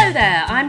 I'm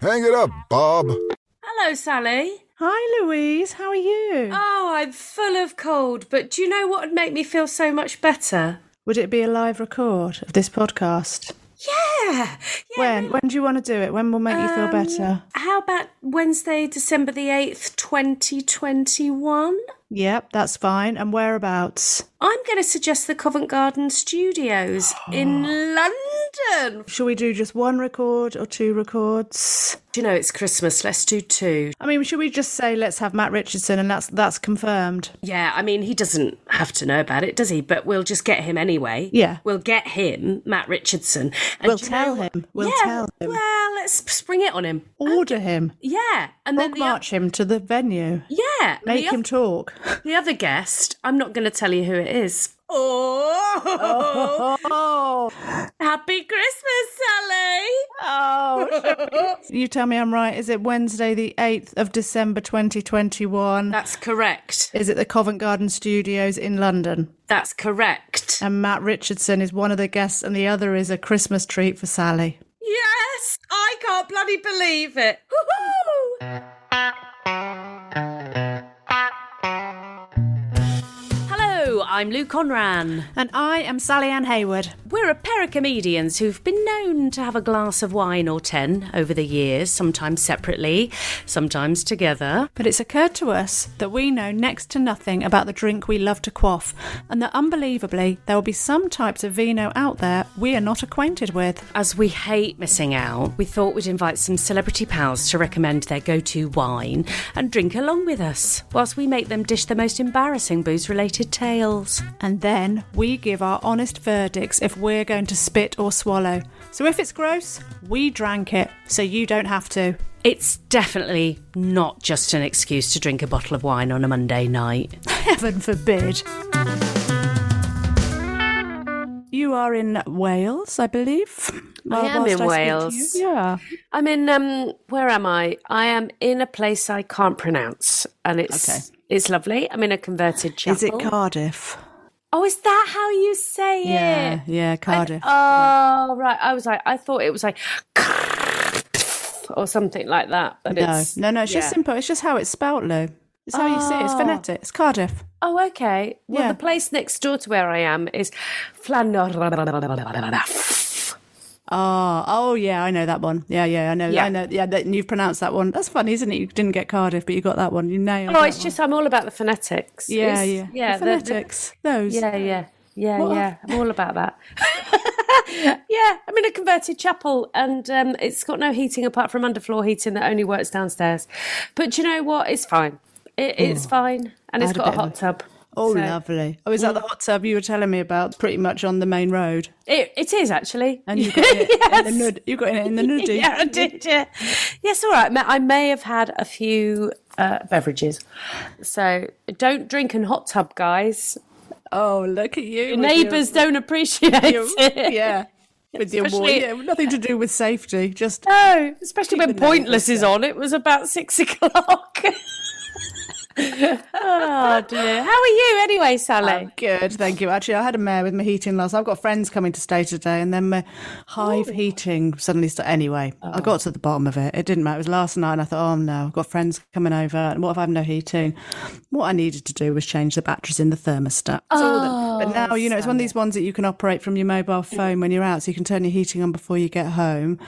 Hang it up, Bob. Hello, Sally. Hi Louise, how are you? Oh, I'm full of cold, but do you know what would make me feel so much better? Would it be a live record of this podcast? Yeah! um, when? When do you want to do it? When will make you feel better? How about Wednesday, December the 8th, 2021? Yep, that's fine. And whereabouts? I'm going to suggest the Covent Garden Studios in London. Shall we do just one record or two records? Do you know it's Christmas? Let's do two. I mean, should we just say let's have Matt Richardson and that's that's confirmed? Yeah, I mean, he doesn't have to know about it, does he? But we'll just get him anyway. Yeah. We'll get him, Matt Richardson. And We'll do you know tell what- him. We'll yeah, tell him. Well, let's spring it on him. Order him. Yeah. And Rock then the o- march him to the venue. Yeah. and Make the him oth- talk. the other guest, I'm not going to tell you who it is. Oh, Oh, happy Christmas, Sally. oh. you tell me I'm right. Is it Wednesday, the 8th of December 2021? That's correct. Is it the Covent Garden Studios in London? That's correct. And Matt Richardson is one of the guests, and the other is a Christmas treat for Sally. Yes, I can't bloody believe it. Woohoo! Hello, I'm Lou Conran. And I am Sally Ann Hayward. We're a pair of comedians who've been known to have a glass of wine or ten over the years, sometimes separately, sometimes together. But it's occurred to us that we know next to nothing about the drink we love to quaff, and that unbelievably, there will be some types of vino out there we are not acquainted with. As we hate missing out, we thought we'd invite some celebrity pals to recommend their go to wine and drink along with us, whilst we make them dish the most embarrassing booze related tales. And then we give our honest verdicts if we're going to spit or swallow. So if it's gross, we drank it, so you don't have to. It's definitely not just an excuse to drink a bottle of wine on a Monday night. Heaven forbid. You are in Wales, I believe. While- whilst am in speak to Wales. you. Yeah. I'm in um where am I? I am in a place I can't pronounce and it's Okay. it's lovely. I'm in a converted chapel. Is it Cardiff? Oh, is that how you say Yeah, it? yeah, Cardiff. Oh right. I was like I thought it was like or something like that. But No, it's no, no. It's just yeah. Ah. simple. It's just how it's spelt, Lou. It's how you say it. It's phonetic. It's Cardiff. Oh okay. Well Yeah. the place next door to where I am is Flanor Oh, oh yeah, I know that one. Yeah, yeah, I know, Ah. Yeah. I know. Yeah, that, and you've pronounced that one. That's funny, isn't it? You didn't get Cardiff, but you got that one. You nailed. Oh, that it's one. just I'm all about the phonetics. yeah, It's- yeah, Yeah, The the- the- phonetics. those. Yeah, yeah, yeah, What yeah. I'm all about that. yeah, I'm in a converted chapel, and um, it's got no heating apart from underfloor heating that only works downstairs. But do you know what? It's fine. It, it's fine, and it's had Hmm. a got a bit of hot a- tub. Oh, So- lovely. Oh, is that the hot tub you were telling me about? Pretty much on the main road, It, it is actually. and you got it Yes. in the nud- You got it in the nudie. Yeah, I did. Yeah. Yes, all right. I may- I may have had a few uh, beverages, so don't drink in hot tub, guys. Oh, look at you. Your with neighbours don't appreciate it. yeah. With your wall. Especially- Yeah, nothing to do with safety. Just No, especially when the neighbours Pointless is on. It was about six o'clock. oh dear. How are you anyway, Sally? I'm good, thank you. Actually, I had a mare with my heating last. I've got friends coming to stay today, and then my hive heating suddenly started. Anyway, I got to the bottom of it. It didn't matter. It was last night, and I thought, oh no, I've got friends coming over, and what if I have no heating? What I needed to do was change the batteries in the thermostat. That's all that- but now, you know, it's one of these ones that you can operate from your mobile phone when you're out, so you can turn your heating on before you get home,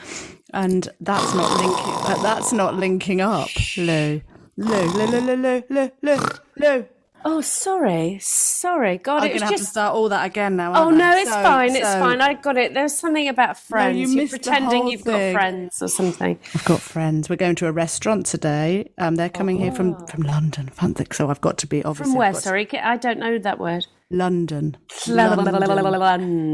and that's not linking. uh, That's not linking up, Lou. Lou, Lou, Lou, Lou, Lou, Lou, Lou, Lou. oh, sorry, sorry. God, I'm going it to was have to just. start all that again now. Oh aren't I? no, it's So- fine. It's so- fine. I got it. There's something about friends. you are missed the pretending whole you've thing. got friends or something. I've got friends. We're going to a restaurant today. Um, they're coming here from from London. Fancy. So I've got to be obviously Oh. From I've where? got to- Sorry, I don't know that word. London. London.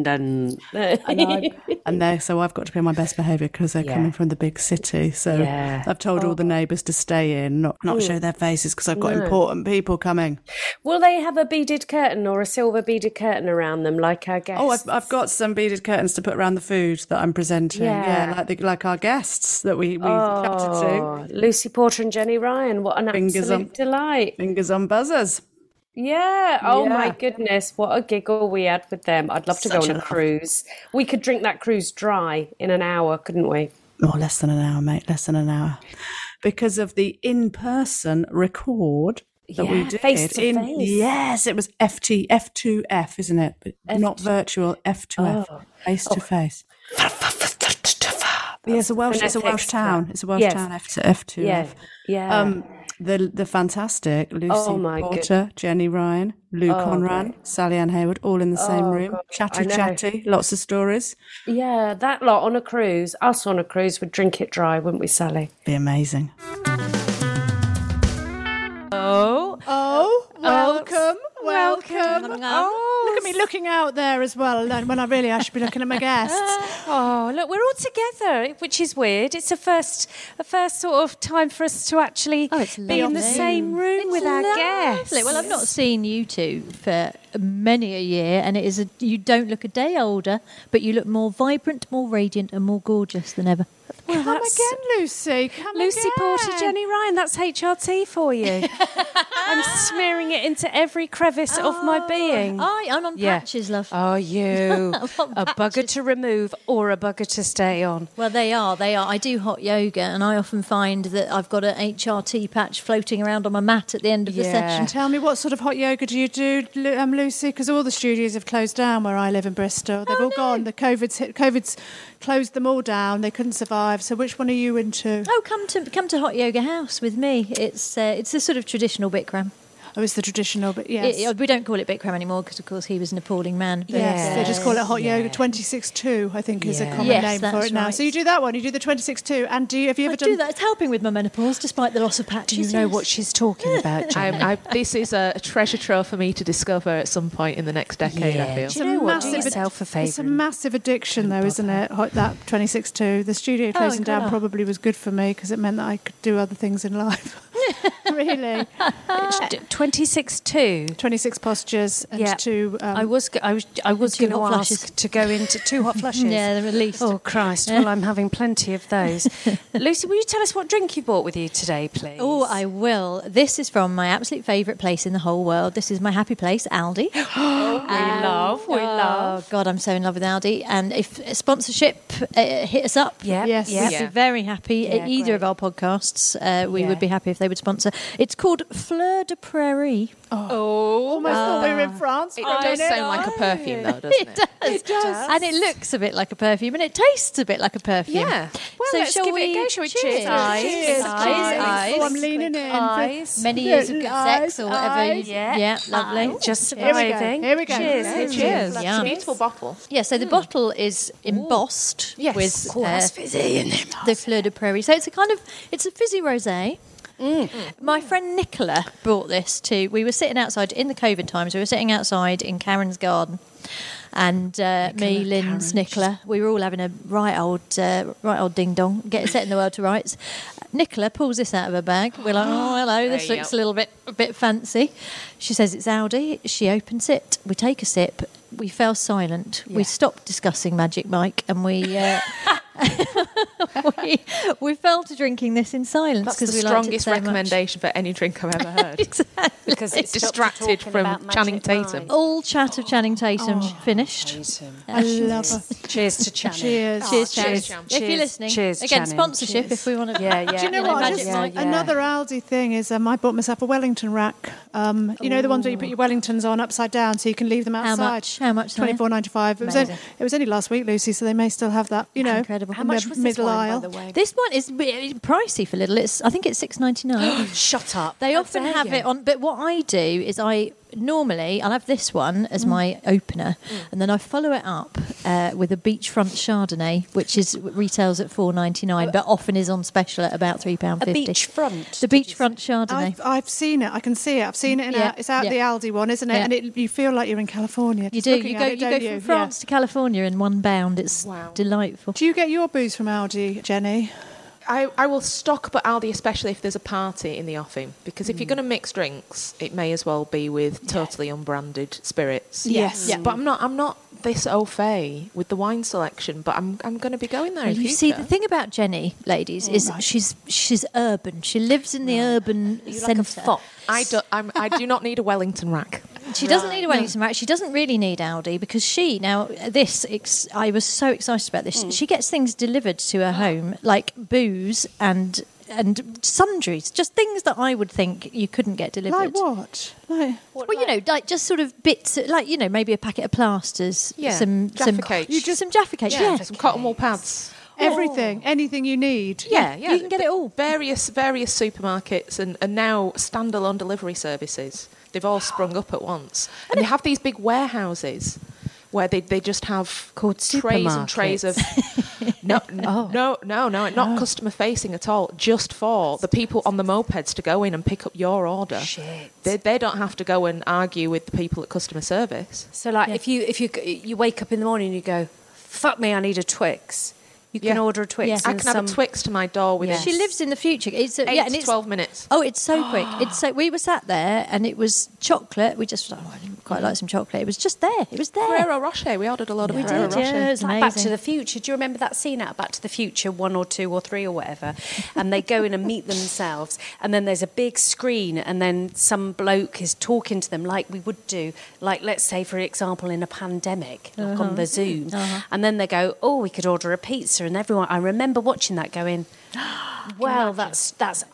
London. And I- and they so I've got to be on my best behaviour because they're coming from the big city. So Yeah. Oh. Hmm. I've told all the neighbours to stay in, not not show their faces because I've got important people coming. Will they have a beaded curtain or a silver beaded curtain around them, like our guests? Oh, I've, I've got some beaded curtains to put around the food that I'm presenting. Yeah, Yeah. like the, like our guests that we we chatted to. Oh, Lucy Porter and Jenny Ryan. What an Fingers absolute up. delight. Fingers on buzzers. Yeah. Oh my Yeah. goodness. What a giggle we had with them. I'd love to go Such on a a laugh. cruise. We could drink that cruise dry in an hour, couldn't we? Oh, less than an hour, mate. Less than an hour. Because of the in person record that we Yeah, did. face to in, face. Yes, it was FT, F2F, isn't it? But Not virtual, F2F, Oh. face to face. Yeah, it's a Welsh, it's a Welsh phonetics, town. It's a Welsh Yes. town, F to F2F. Yeah. Yeah. Um, the the fantastic Lucy Oh, my Oh, Porter, Jenny Ryan, Lou Conran, Sally Ann Hayward, all in the same room. Chatty, know. chatty, lots of stories. yeah. That lot on a cruise, us on a cruise, would drink it dry, wouldn't we, Sally? Be amazing. Oh. Oh, welcome, welcome. welcome. Oh, look at me looking out there as well, and when I really I should be looking at my guests. Oh, look, we're all together, which is weird. It's the first, the first sort of time for us to actually Oh, it's be in the lovely. same room It's with our lovely. guests. Well, I've not seen you two for many a year, and it is a, you don't look a day older, but you look more vibrant, more radiant, and more gorgeous than ever. Well, Come that's- again, Lucy. Come Lucy again. Porter, Jenny Ryan, that's HRT for you. I'm smearing it into every crevice of my being. I, I'm on Yeah. Oh, Uh. patches, love. Are you a bugger patches. to remove or a bugger to stay on? Well, they are. They are. I do hot yoga, and I often find that I've got an HRT patch floating around on my mat at the end of the Yeah. session. Tell me, what sort of hot yoga do you do, Lu- um, Lucy? Because all the studios have closed down where I live in Oh, Bristol. They've all gone. The COVID's hit, COVID's closed them all down. They couldn't survive. So, which one are you into? Oh, come to come to Hot Yoga House with me. It's uh, it's a sort of traditional Bikram. Oh, it's the traditional, but yes. It- it- we don't call it Bikram anymore because, of course, he was an appalling man. but, Yes, they just call it uh, hot yoga. Twenty six two, I think, is a common Yes, name for that's it now. right. So you do that one. You do the twenty six two, and do you have you ever I done do that. It's helping with my menopause, despite the loss of patches. Do you know yes. what she's talking about, Jenny? I'm, Um, I, this is a treasure trove for me to discover at some point in the next decade. I feel. Do you know what? Do massive- yourself a It's a favour. massive addiction, though, isn't it? Hot, that 26.2. The studio Oh, closing down God. probably was good for me because it meant that I could do other things in life. really. 26 2. 26 postures and Yeah. two. Um, I was, go- I was, I was two going to hot ask flushes. to go into two hot flushes. Yeah, they're at least. Oh Christ! Well, I'm having plenty of those. Lucy, will you tell us what drink you bought with you today, please? Oh, I will. This is from my absolute favourite place in the whole world. This is my happy place, Aldi. Oh, we love, we love. Oh, God, I'm so in love with Aldi. And if sponsorship uh, hit us up, Yep, Yes. yep. We'd be very happy. Yeah, great. Either of our podcasts, uh, we Yeah. would be happy if they would sponsor. It's called Fleur de Prairie. Oh almost thought Ah. we were in France. It for a does minute. sound like a perfume, though, doesn't it? It does. And it looks a bit like a perfume and it tastes a bit like a perfume. Yeah. Well, let's give it a go, shall we? Cheers. Cheers. Eyes, Cheers. Eyes. Eyes. Eyes. Oh, I'm leaning in. Eyes. Many years of good Eyes, sex or whatever. eyes. Yeah. yeah, lovely. Just Here we go. surviving. Here we go. Cheers. Okay. Cheers. Hmm. Yeah. Beautiful bottle. Yeah, so the bottle is embossed Yes. with uh, Cool, that's fizzy, isn't it? the fleur de prairie. So it's a kind of it's a fizzy rosé. My friend Nicola brought this to. We were sitting outside in the COVID times. We were sitting outside in Karen's garden, and uh, me, Lynn's Nicola, we were all having a right old, uh, right old ding dong, get setting the world to rights. Nicola pulls this out of her bag. We're like, oh hello, this There you looks go. a little bit, a bit fancy. She says it's Audi. She opens it. We take a sip. We fell silent. We stopped discussing Magic Mike, and we. Uh, we, we fell to drinking this in silence That's the because we liked it strongest so much. recommendation for any drink I've ever heard. because it's Distracted from Channing Tatum. All chat of Channing Tatum Oh. finished. Um, I love her. Cheers to Channing. Cheers. Cheers, Channing. cheers, Channing. If you're Oh, Cheers, listening, cheers, again, Channing. sponsorship Cheers. if we want to. Yeah, yeah. Do you know what? I Magic just, Mike. Another Aldi thing is um, I bought myself a Wellington rack. Um, you know the ones where you put your Wellingtons on upside down so you can leave them outside. much? How much, Sonia? Twenty four ninety five. It was only, Amazing. it was only last week, Lucy, so they may still have that. You know, Incredible. How in the much was this middle wine, by aisle? the way? This one is b- pricey for little. It's I think it's six ninety nine. Shut up. They How often dare have you. it on, but what I do is I normally I'll have this one Mm. as my opener, and then I follow it up uh, with a beachfront Chardonnay, which is retails at four ninety nine, but often is on special at about three pound Oh. A fifty. beachfront. The beachfront Chardonnay. I've, I've seen it. I can see it. I've seen it in Yeah, out. It's out yeah. the Aldi one, isn't it? Yeah. And it, you feel like you're in California. You just do. looking You go. at it, you go don't from Yeah. France to California in one bound. It's delightful. Do you get your booze from Aldi, Jenny? I, I will stock up at Aldi, especially if there's a party in the offing, because if you're Hmm. going to mix drinks, it may as well be with totally unbranded spirits. Yes. Yeah. But I'm not. I'm not this au fait with the wine selection. But I'm. I'm going to be going there. Well, in you see, future. the thing about Jenny, ladies, Oh is she's she's urban. She lives in the urban centre. I do. I'm, I do not need a Wellington rack. She doesn't need a Wellington rack. She doesn't really need Aldi because she now this. Ex- I was so excited about Hmm. this. She gets things delivered to her home, like booze and and sundries, just things that I would think you couldn't get delivered. Like what? Like, Well, you know, like just sort of bits, like you know, maybe a packet of plasters, Yeah, some some Jaffa cake. You just some Jaffa cake, yeah, Some cotton wool pads. Oh. everything, anything you need. Yeah, yeah. you can get it all. Various various supermarkets and, and now standalone delivery services. They've all sprung up at once. And they have these big warehouses where they, they just have Called trays and trays of no no no no no not customer facing at all just for the people on the mopeds to go in and pick up your order Shit. they, they don't have to go and argue with the people at customer service So like if you if you you wake up in the morning and you go, fuck me, I need a Twix. You can Yeah. order a Twix. Yeah. i and can have a some- twix to my door within She lives in the future. It's a, eight yeah, and to it's 12 minutes Oh, it's so quick. It's so we were sat there and it was chocolate. We just oh, I quite like some chocolate. It was just there. It was there. Ferrero Rocher. We ordered a lot of We Ferrero did, Rocher. yeah, it was Like Back to amazing. the Future. Do you remember that scene out of Back to the Future one or two or three or whatever? And they go in and meet themselves, and then there's a big screen, and then some bloke is talking to them like we would do, like let's say for example in a pandemic, like Uh-huh. on the Zoom, and then they go, oh, we could order a pizza, and everyone. I remember watching that going. Well, that's that's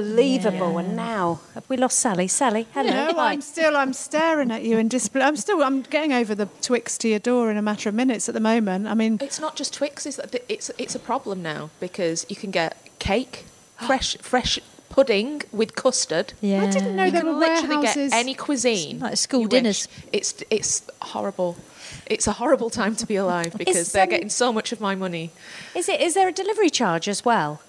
unbelievable. And now have we lost Sally? Sally, hello. No, Hi. I'm still I'm staring at you in disbelief. I'm still I'm getting over the Twix to your door in a matter of minutes at the moment. I mean, It's not just Twix. It's it's it's a problem now because you can get cake, fresh fresh pudding with custard. Yeah. I didn't know You there can were literally get warehouses. any cuisine. Like school you dinners. wish. It's it's horrible. It's a horrible time to be alive because they're um, getting so much of my money. Is it? Is there a delivery charge as well?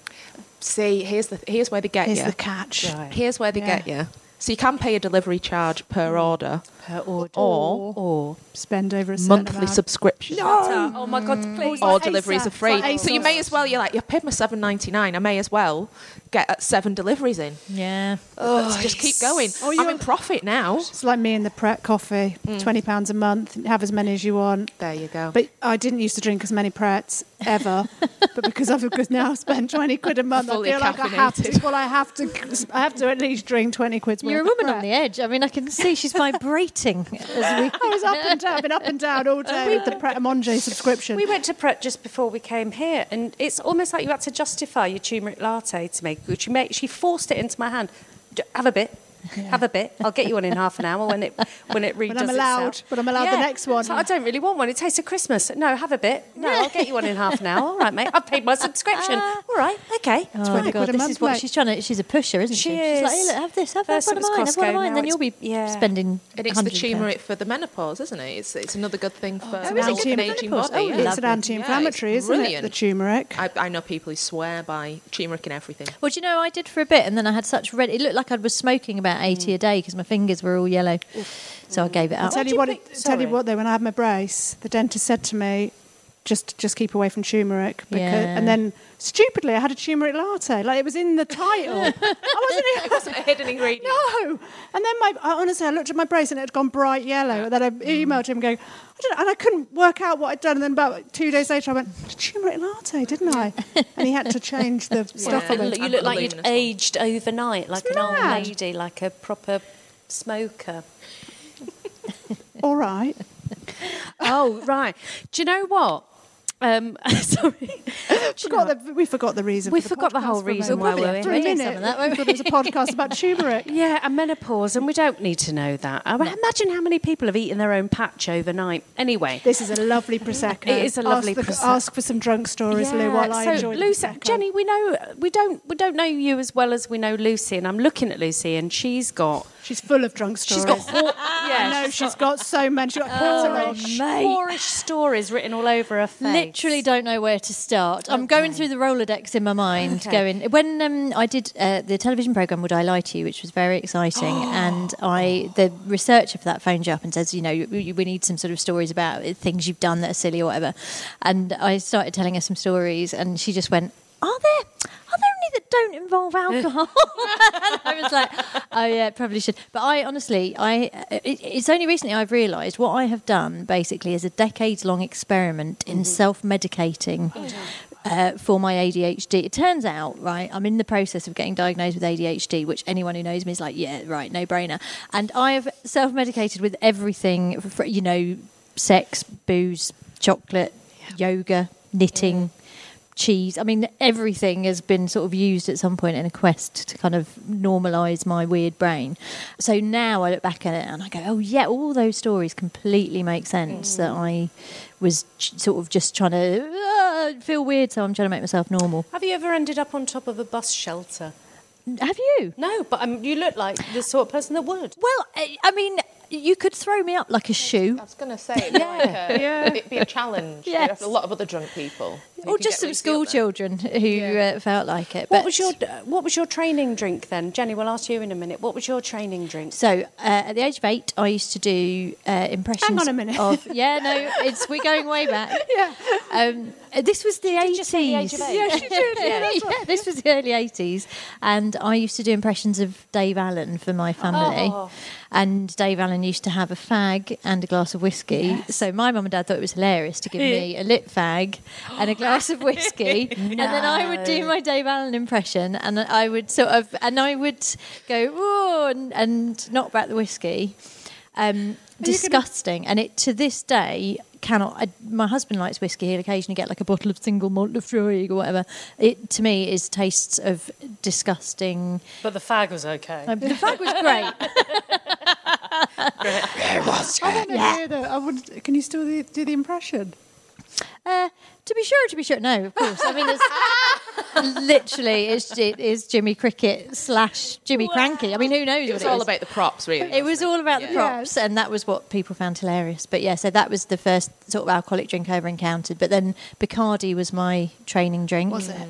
See, here's the here's where they get here's you. the catch. Here's where they Yeah. get you. So you can pay a delivery charge per order, Per order. Or- or Spend over a certain monthly amount. subscription. Oh my god, please. all deliveries ASOS, are free. like so you ASOS. may as well. You're like, you paid my seven ninety nine. I may as well get uh, seven deliveries in. yeah. Let's just keep going. I'm in profit now. It's like me and the Pret coffee, twenty pounds a month. Have as many as you want. There you go. But I didn't used to drink as many Prets ever, but because I've because now spent twenty quid a month, I Fully feel like I have to. caffeinated. Well, I have to. I have to at least drink twenty quid. You're a woman on the edge. I mean, I can see she's vibrating as we. Oh I was Oh, up and down. I've been up and down all day with the Pret a Manger subscription. We went to Pret just before we came here, and it's almost like you had to justify your turmeric latte to make good. She, made, she forced it into my hand. D- Have a bit. Have a bit. I'll get you one in half an hour when it when it redoes I'm allowed- itself. when I'm allowed the next one. It's like, I don't really want one. It tastes of Christmas. No, have a bit. No, I'll get you one in half an hour. All right, mate. I've paid my subscription. Ah. All right, okay. Oh quid God, a this month, is what mate. she's trying to. She's a pusher, isn't she? She She's like, hey, is. look, have this, have First one it of was mine, have one of Costco, mine. now Then you'll be it's- yeah. spending. and it's the 100 pounds. turmeric for the menopause, isn't it? It's, it's another good thing for Oh, an is it good for aging aging menopause? body. Oh, yeah. it's an anti-inflammatory, Yeah, it's isn't brilliant. it? The turmeric. I, I know people who swear by turmeric and everything. Well, do you know, I did for a bit, and then I had such red. It looked like I was smoking about eighty a day because my fingers were all yellow. So I gave it I'll up. tell you what. it- Tell you what though, when I had my brace, the dentist said to me, just just keep away from turmeric. Because, Yeah. And then stupidly, I had a turmeric latte. Like it was in the title. I wasn't. It wasn't a hidden ingredient. No, and then my I, honestly, I looked at my brace and it had gone bright yellow. And then I emailed him going, I don't, and I couldn't work out what I'd done. And then about two days later, I went "I had a turmeric latte, didn't I? And he had to change the stuff on it. you look like you'd Luminous one. aged overnight, like an old mad. lady, like a proper smoker. All right. oh right. Do you know what? Um, sorry. Forgot the, we forgot the reason. We for forgot the podcast whole for a reason moment. why we're for a doing minute. some of that, won't we thought it was a podcast about turmeric. Yeah, and menopause, and we don't need to know that. I Imagine how many people have eaten their own patch overnight. Anyway, This is a lovely prosecco. It is a lovely ask the- Prosecco. Ask for some drunk stories, Lou, while I so enjoy the Lucy, prosecco. Jenny, we know we don't we don't know you as well as we know Lucy, and I'm looking at Lucy, and she's got she's full of drunk stories. she's got Oh, hor- yeah, no, she's got so many. She's got horror. Horrorish stories written all over her face. Literally don't know where to start. I'm going through the Rolodex in my mind. Okay. Going when um, I did uh, the television program "Would I Lie to You," which was very exciting, and I the researcher for that phoned you up and says, you know, we, we need some sort of stories about things you've done that are silly or whatever, and I started telling her some stories, and she just went, "Are there?" "Are there any That don't involve alcohol. and I was like, oh yeah, probably should. But I honestly, I uh, it, it's only recently I've realised what I have done basically is a decades-long experiment in self-medicating uh, for my ADHD. It turns out, right, I'm in the process of getting diagnosed with ADHD, which anyone who knows me is like, yeah, right, no brainer. And I have self medicated with everything, fr you know, sex, booze, chocolate, yoga, knitting. Cheese. I mean, everything has been sort of used at some point in a quest to kind of normalize my weird brain. So now I look back at it and I go, oh, yeah, all those stories completely make sense that Mm. I was ch- sort of just trying to uh, feel weird, so I'm trying to make myself normal. Have you ever ended up on top of a bus shelter? Have you? No, but um, you look like the sort of person that would. Well, I, I mean, you could throw me up like a shoe. I was going to say, it'd be, like a, it'd be a challenge. You'd have Yes. a lot of other drunk people. who Or could just get some Lucy school up there. children who uh, felt like it. What but- was your What was your training drink then, Jenny? We'll ask you in a minute. What was your training drink? So uh, at the age of eight, I used to do uh, impressions. on a minute. Of, yeah, no, it's we're going way back. yeah. Um, uh, this was the you say the age eighties. of eight? Yeah, she did. yeah, this was the early eighties, and I used to do impressions of Dave Allen for my family. And Dave Allen used to have a fag and a glass of whiskey. So my mum and dad thought it was hilarious to give me a lit fag and a glass of whiskey. And then I would do my Dave Allen impression and I would sort of, and I would go, whoa, and, and knock back the whiskey. Um, disgusting. And it to this day cannot. I, my husband likes whiskey. He'll occasionally get like a bottle of single malt Lafroig or whatever. It to me is tastes of disgusting. Um, But the fag was okay. The fag was great. I want to hear that. I would, can you still do, do the impression? Uh, to be sure, to be sure. No, of course. I mean, it's literally it's, it is Jimmy Cricket slash Jimmy Cranky. I mean, who knows? It was what all is. about the props, really. It was all about the Yeah. props, and that was what people found hilarious. But yeah, so that was the first sort of alcoholic drink I ever encountered. But then Bacardi was my training drink. Was it?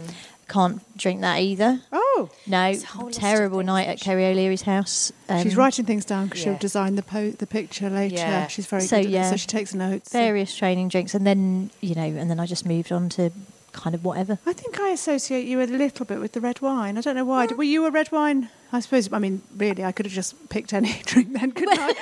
Can't drink that either. Oh, No, a whole list of terrible things, night at Kerry O'Leary's house. Um, she's writing things down because she'll yeah. design the po- the picture later. Yeah. She's very good So, at this, yeah. so she takes notes. Various training drinks, and then you know, and then I just moved on to kind of whatever. I think I associate you a little bit with the red wine. I don't know why. Were you a red wine? I suppose. I mean, really, I could have just picked any drink then, couldn't I?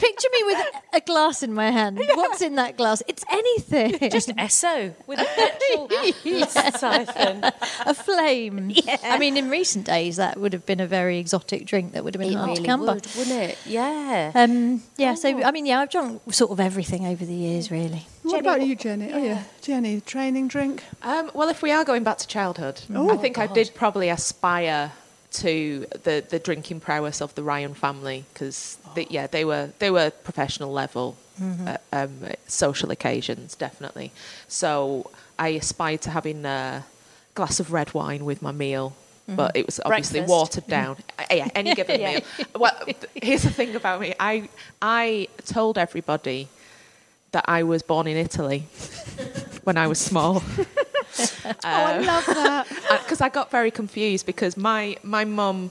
Picture me with a glass in my hand. What's in that glass? It's anything. Just SO with a petrol siphon. a flame. I mean, in recent days, that would have been a very exotic drink that would have been hard to come by. would, wouldn't it? Yeah. Um, yeah, so I mean, yeah, I've drunk sort of everything over the years, really. what about you, Jenny? Oh yeah, Jenny, training drink. Um, well, if we are going back to childhood, I think I did probably aspire to the, the drinking prowess of the Ryan family because yeah, they were they were professional level uh, um, social occasions definitely. So I aspired to having a glass of red wine with my meal. But it was obviously Breakfast. watered Mm. down. Uh, yeah, any given meal. Well, here's the thing about me. I I told everybody that I was born in Italy when I was small Oh, I love that. because I got very confused because my my mum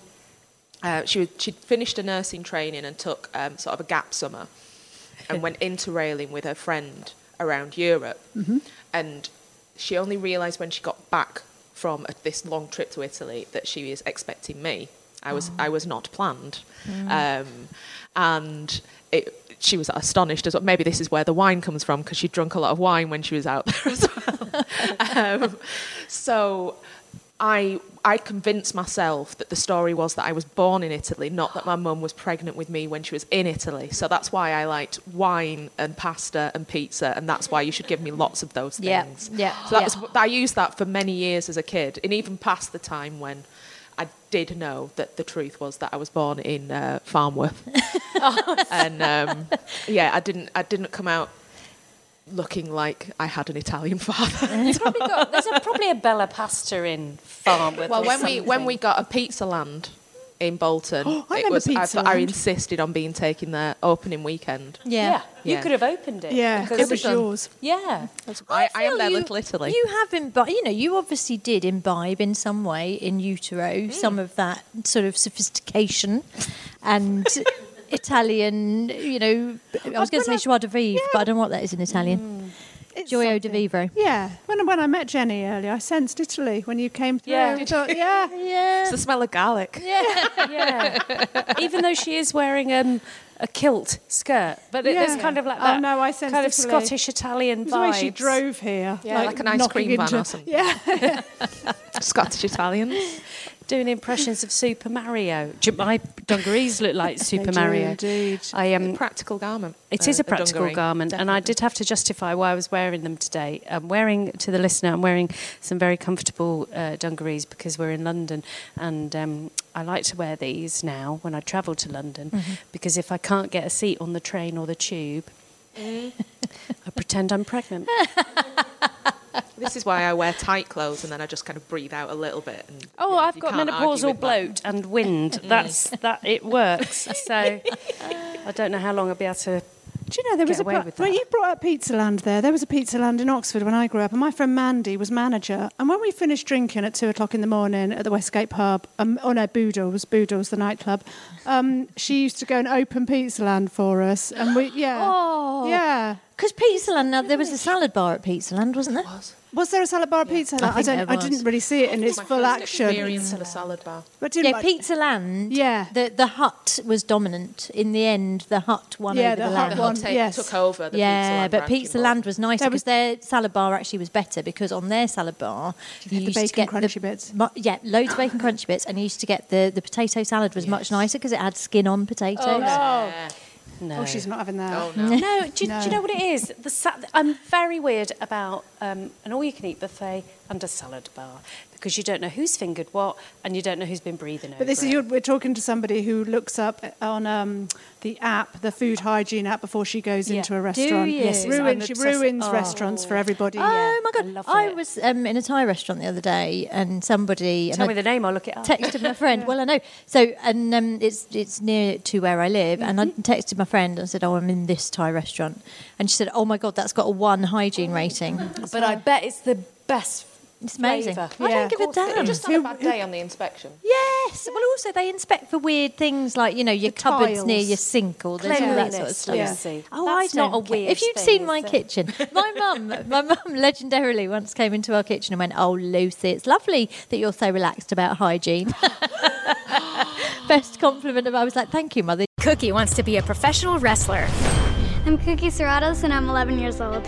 uh, she was, she'd finished her nursing training and took um, sort of a gap summer and went into railing with her friend around Europe. And she only realised when she got back from a, this long trip to Italy that she was expecting me. I Oh. was I was not planned, Mm. um, and it, she was astonished as well. Maybe this is where the wine comes from because she drunk a lot of wine when she was out there as well. um, so I I convinced myself that the story was that I was born in Italy, not that my mum was pregnant with me when she was in Italy. So that's why I liked wine and pasta and pizza, and that's why you should give me lots of those Yeah, things. yeah, So that yeah. was I used that for many years as a kid, and even past the time when. I did know that the truth was that I was born in uh, Farmworth, and um, yeah, I didn't. I didn't come out looking like I had an Italian father. It's probably got, there's a, probably a bella pasta in Farmworth. Well, or when we when something. we got a pizza land in Bolton, I it remember was I, Pizza I Land. insisted on being taken there opening weekend. Yeah. you Yeah. could have opened it. Yeah, because it was done. yours. Yeah, I, I feel am their you- little Italy. You have imbibed, you know, you obviously did imbibe in some way in utero some of that sort of sophistication and Italian, you know, I was I've going to say got a- joie de vivre, but I don't know what that is in Italian. It's Gioia something. di vivro. Yeah, when when I met Jenny earlier, I sensed Italy when you came through. Yeah. I thought, yeah. Yeah. it's the smell of garlic. yeah. Even though she is wearing um, a kilt skirt, but it, it's Yeah. kind of like Oh, that. no, I sense kind of Italy. Scottish Italian It was the way vibes. she drove here, Yeah, like an ice knocking cream van into- or something. Yeah, Scottish Italians. doing impressions of Super Mario. Do My dungarees look like Super They do Mario. indeed. I um, am. practical garment. It uh, is a practical dungaree. garment, and I Definitely. did have to justify why I was wearing them today. I'm wearing, to the listener, I'm wearing some very comfortable uh, dungarees because we're in London, and um, I like to wear these now when I travel to London because if I can't get a seat on the train or the tube, Mm. I pretend I'm pregnant. This is why I wear tight clothes and then I just kind of breathe out a little bit. And, Oh, you know, I've you got can't argue menopausal with that. bloat and wind. That's that. It works. So I don't know how long I'll be able to. Do you know there Get was a away pla- with well, that. you brought up Pizza Land there. There was a Pizza Land in Oxford when I grew up, and my friend Mandy was manager. And when we finished drinking at two o'clock in the morning at the Westgate pub, um, oh no, Boodles, Boodles, the nightclub, um, she used to go and open Pizza Land for us, and we yeah, Oh. yeah. Because Pizza Land, now, there was a salad bar at Pizza Land, wasn't there? Was there a salad bar at Pizza Land? I, think don't. there I was. didn't really see it in its My full first action. Experience of a salad bar. But didn't Yeah, much- Pizza Land. Yeah. The, the hut was dominant. In the end, the hut won Yeah, over the, the hut land. won. One, Take- yes. took over the Pizza yeah, Land but ranking Pizza board. Land was nicer There because was- their salad bar actually was better because on their salad bar they you had used the to bacon get crunchy the, bits? mu- yeah, loads of bacon crunchy bits, and you used to get the the potato salad was much nicer because it had skin on potatoes. Yeah. No. Oh, she's not having that. Oh, no. No, do, you- do you know what it is? The sa- I'm very weird about um, an all-you-can-eat buffet and a salad bar because you don't know who's fingered what and you don't know who's been breathing over But this it. is your, we're talking to somebody who looks up on um, the app, the food hygiene app, before she goes Yeah. into a Do restaurant. you? Yes, Ruin- I'm she obsessed- ruins oh. restaurants for everybody. Oh my I god! love I, it. was um, in a Thai restaurant the other day, and somebody Tell and me I the name, I'll look it up. texted my friend. Well, I know. So, and um, it's it's near to where I live, and I Mm-hmm. texted my friend and said, "Oh, I'm in this Thai restaurant," and she said, "Oh my god, that's got a one hygiene rating. but I bet it's the best. It's amazing. Flavour. I Yeah. don't give a damn." Just had a bad day on the inspection. Yes. Well, also they inspect for weird things like you know your cupboards tiles. near your sink or there's all that sort of Cleanliness, stuff. Lucy. Oh, That's I don't not a care. weird If you'd thing, seen is my it? kitchen, my mum, my mum legendarily once came into our kitchen and went, "Oh, Lucy, it's lovely that you're so relaxed about hygiene." Best compliment of I was like, "Thank you, mother." Cookie wants to be a professional wrestler. I'm Cookie Serratos and I'm 11 years old.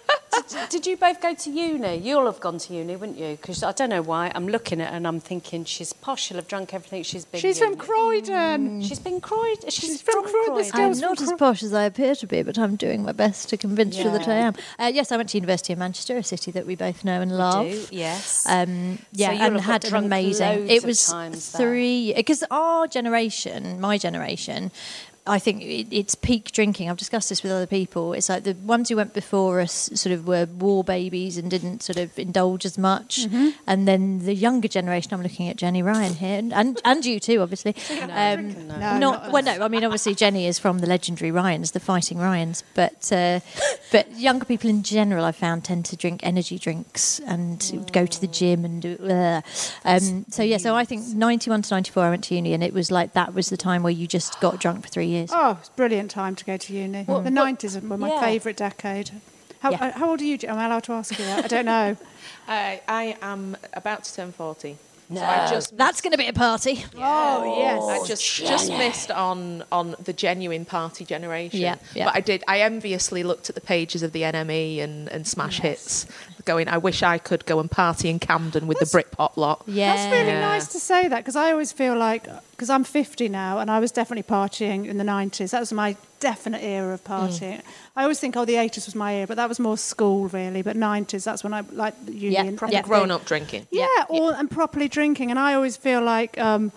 Did you both go to uni? You'll have gone to uni, wouldn't you? Because I don't know why. I'm looking at her and I'm thinking she's posh. She'll have drunk everything. She's been. She's from uni. Croydon. She's been Croyd. She's, She's from from Croyd- Croydon. this I'm girl's not from as Cro- posh as I appear to be, but I'm doing my best to convince you that I am. Uh, yes, I went to University of Manchester, a city that we both know and love. do, yes. Um, yeah, So you'll have and got had an drunk amazing. loads It of was times there. three because our generation, my generation, I think it, it's peak drinking. I've discussed this with other people. It's like the ones who went before us sort of were war babies and didn't sort of indulge as much. Mm-hmm. Mhm. And then the younger generation, I'm looking at Jenny Ryan here, and and, and you too, obviously. um, No, not, not well, no. I mean, obviously Jenny is from the legendary Ryans, the fighting Ryans, but uh, but younger people in general, I found, tend to drink energy drinks and go to the gym and do. Uh, um, so yeah, so I think 91 to 94, I went to uni, and it was like that was the time where you just got drunk for three years. Oh, it's a brilliant time to go to uni. What- the what- nineties were my yeah. favourite decade. How, Yeah. uh, how old are you? Jo- Am I allowed to ask you that? I don't know. Uh, I am about to turn 40. No, So I just that's going to be a party. Oh I just just missed on on the genuine party generation. Yeah, yeah. But I did. I enviously looked at the pages of the NME and and smash hits, going. I wish I could go and party in Camden with the Britpop lot. That's really nice to say that because I always feel like because I'm 50 now and I was definitely partying in the 90s. That was my definite era Hmm. of partying. I always think oh the 80s was my era, but that was more school really. But 90s that's when I like uni and proper everything. grown up drinking. Yeah, all and properly drinking. And I always feel like um,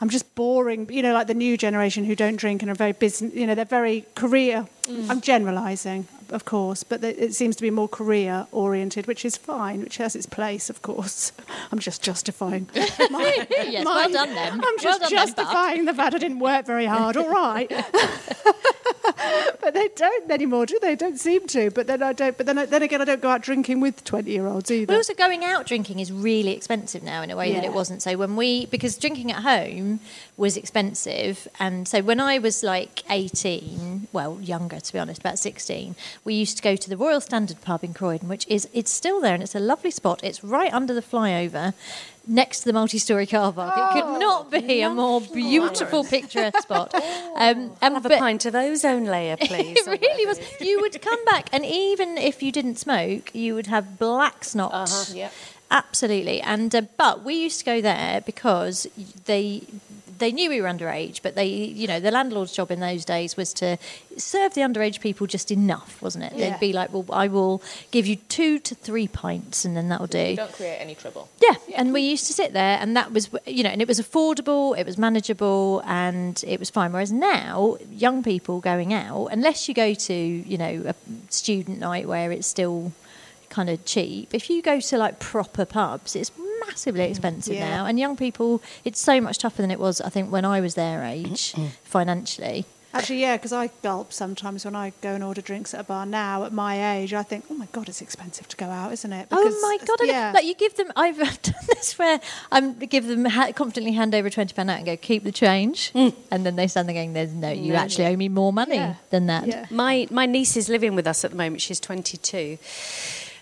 I'm just boring. You know, like the new generation who don't drink and are very business. You know, they're very career. Mm. I'm generalising, of course, but th- it seems to be more career oriented, which is fine, which has its place, of course. I'm just justifying. yes, well done then. I'm just justifying the fact I didn't work very hard. All right, but they don't anymore, do they? Don't seem to. But then I don't. But then, I, then again, I don't go out drinking with twenty-year-olds either. But also going out drinking is really expensive now in a way that Yeah. it wasn't. So when we because drinking at home was expensive and so when I was like 18, well younger to be honest, about 16, we used to go to the Royal Standard pub in Croydon which is it's still there and it's a lovely spot. It's right under the flyover next to the multi-story car park. it could not be a more beautiful picturesque spot. Um, and Have a but- pint of ozone layer, please. it really was. You would come back, and even if you didn't smoke, you would have black snot. Uh-huh, Absolutely. And uh, but we used to go there because they they knew we were underage, but they you know the landlord's job in those days was to serve the underage people just enough, wasn't it? Yeah. They'd be like, well, I will give you two to three pints, and then that'll do. You don't create any trouble. Yeah, and we used to sit there, and that was you know, and it was affordable, it was manageable, and it was fine. Whereas now, young people going out, unless you go to you know a student night where it's still kind of cheap, if you go to like proper pubs, it's massively expensive Yeah. now, and young people, it's so much tougher than it was. I think when I was their age, financially. Actually, yeah, because I gulp sometimes when I go and order drinks at a bar now. At my age, I think, oh my god, it's expensive to go out, isn't it? oh my uh, god! I- yeah. Like you give them. I've done this where I'm give them ha- confidently hand over a twenty pound note and go keep the change, and then they stand there going, "There's no, you Mm. No. actually owe me more money Yeah. than that." My my niece is living with us at the moment. She's 22,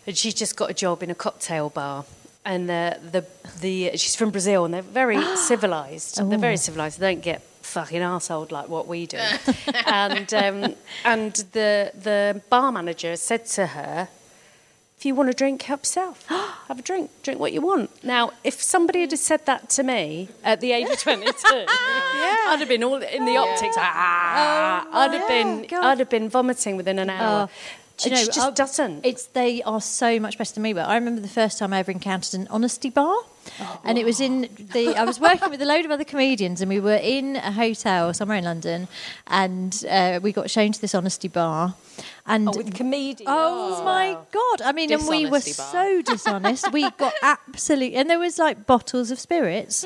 and she's just got a job in a cocktail bar. And the the, the she's from Brazil, and they're very civilized. They're Oh. very civilized. They don't get fucking arsehole like what we do. and um, and the the bar manager said to her. If you want a drink, help yourself. Have a drink. Drink what you want. Now, if somebody had said that to me at the age of 22, I'd have been all in the optics. Ah, I'd have been, I'd have been vomiting within an hour. do you It know, just I'll- doesn't. It's they are so much better than me. But I remember the first time I ever encountered an honesty bar, and it was in Oh. the. I was working with a load of other comedians, and we were in a hotel somewhere in London, and uh, we got shown to this honesty bar, and Oh, with comedians. Oh, my god! I mean, and we were Dishonesty bar. so dishonest. we got absolutely, and there was like bottles of spirits.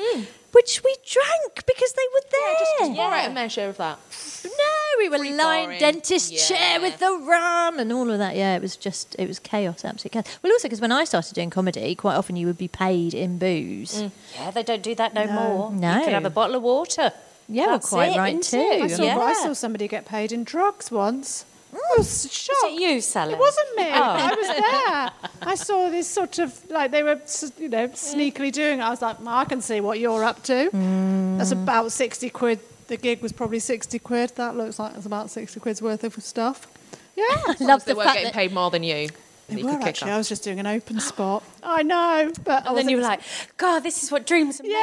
Which we drank because they were there. Hmm. Just pour out a measure of that. No, we were lying pouring. dentist chair with the rum and all of that. Yeah, it was just it was chaos, absolute chaos. Well, also because when I started doing comedy, quite often you would be paid in booze. Mm. Yeah, they don't do Oh, that no, more. No. You could have a bottle of water. Yeah, well, That's quite it, right isn't too. it? I saw, yeah. I saw somebody get paid in drugs once. I was shocked. Was it you, Sally? It wasn't me. Oh. I was there. I saw this sort of like they were, s- you know, sneakily doing. it. I was like, I can see what you're up to. That's about sixty quid. The gig was probably sixty quid. That looks like it's about sixty quid's worth of stuff. Yeah, Love they weren't getting paid more than you. They you were could kick actually. off. I was just doing an open spot. I know, but I And then wasn't you were like, God, this is what dreams are made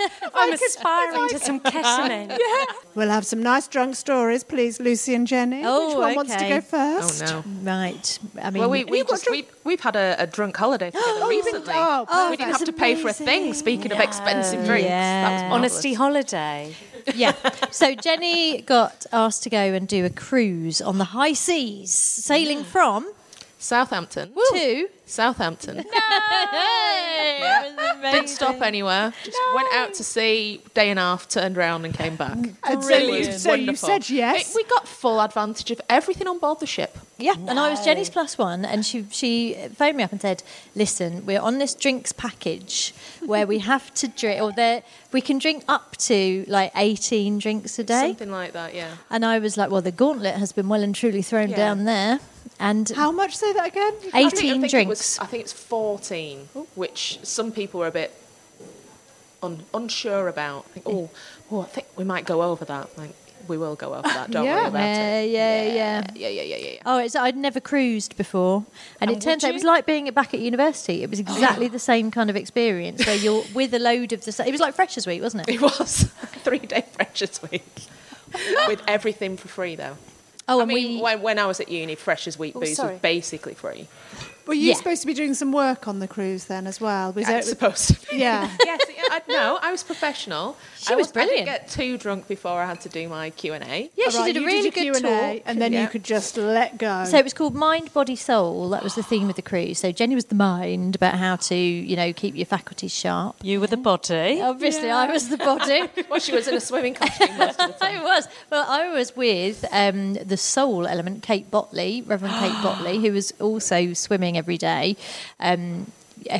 of. I'm aspiring to some ketamine. Yeah. We'll have some nice drunk stories, please, Lucy and Jenny. Oh, Which one wants to okay. go first? Oh, no. Right. I mean, well, we, we just, we, we've had a, a drunk holiday together recently. oh, we perfect. didn't have to pay for a thing, speaking of expensive drinks. That was marvellous. Honesty holiday. yeah. So Jenny got asked to go and do a cruise on the high seas, sailing from Southampton to Southampton. Didn't stop anywhere. Just went out to sea, day and a half, turned round and came back. And so you- It was so you wonderful. said yes? It- we got full advantage of everything on board the ship. Yeah, and I was Jenny's plus one, and she she phoned me up and said, "Listen, we're on this drinks package where we have to drink, or there we can drink up to like eighteen drinks a day." Something like that, yeah. And I was like, "Well, the gauntlet has been well and truly thrown Yeah. down there." And how much? Say that again. I think- I 18 think it drinks. was- I think it's 14, which some people were a bit un, unsure about. Think, oh, oh, I think we might go over that. Like, we will go over that. Don't worry about it. yeah, yeah, yeah, Yeah, yeah, yeah, yeah. yeah. Oh, it's I'd never cruised before, and, And it turns would out it was you? Oh. like being back at university. It was exactly the same kind of experience where you're with a load of the. sa- It was like Freshers Week, wasn't it? It was three day freshers week with everything for free though. Oh, I mean, when, when I was at uni, freshers week Oh, booze sorry. was basically free. Were you Yeah. supposed to be doing some work on the cruise then as well? Was I there- was supposed to be. Yeah. yes, yeah, I, no, I was professional. She I was wasn't- brilliant. I didn't get too drunk before I had to do my Q and A. Yeah, she did a really good talk, and then you could just let go. So it was called Mind, Body, Soul. That was the theme of the cruise. So Jenny was the mind about how to, you know, keep your faculties sharp. You were the body. Obviously, I was the body. well, she was in a swimming costume. Most of the time. I was. Well, I was with um, the soul element, Kate Botley, Reverend Kate Botley, who was also swimming every day. Um,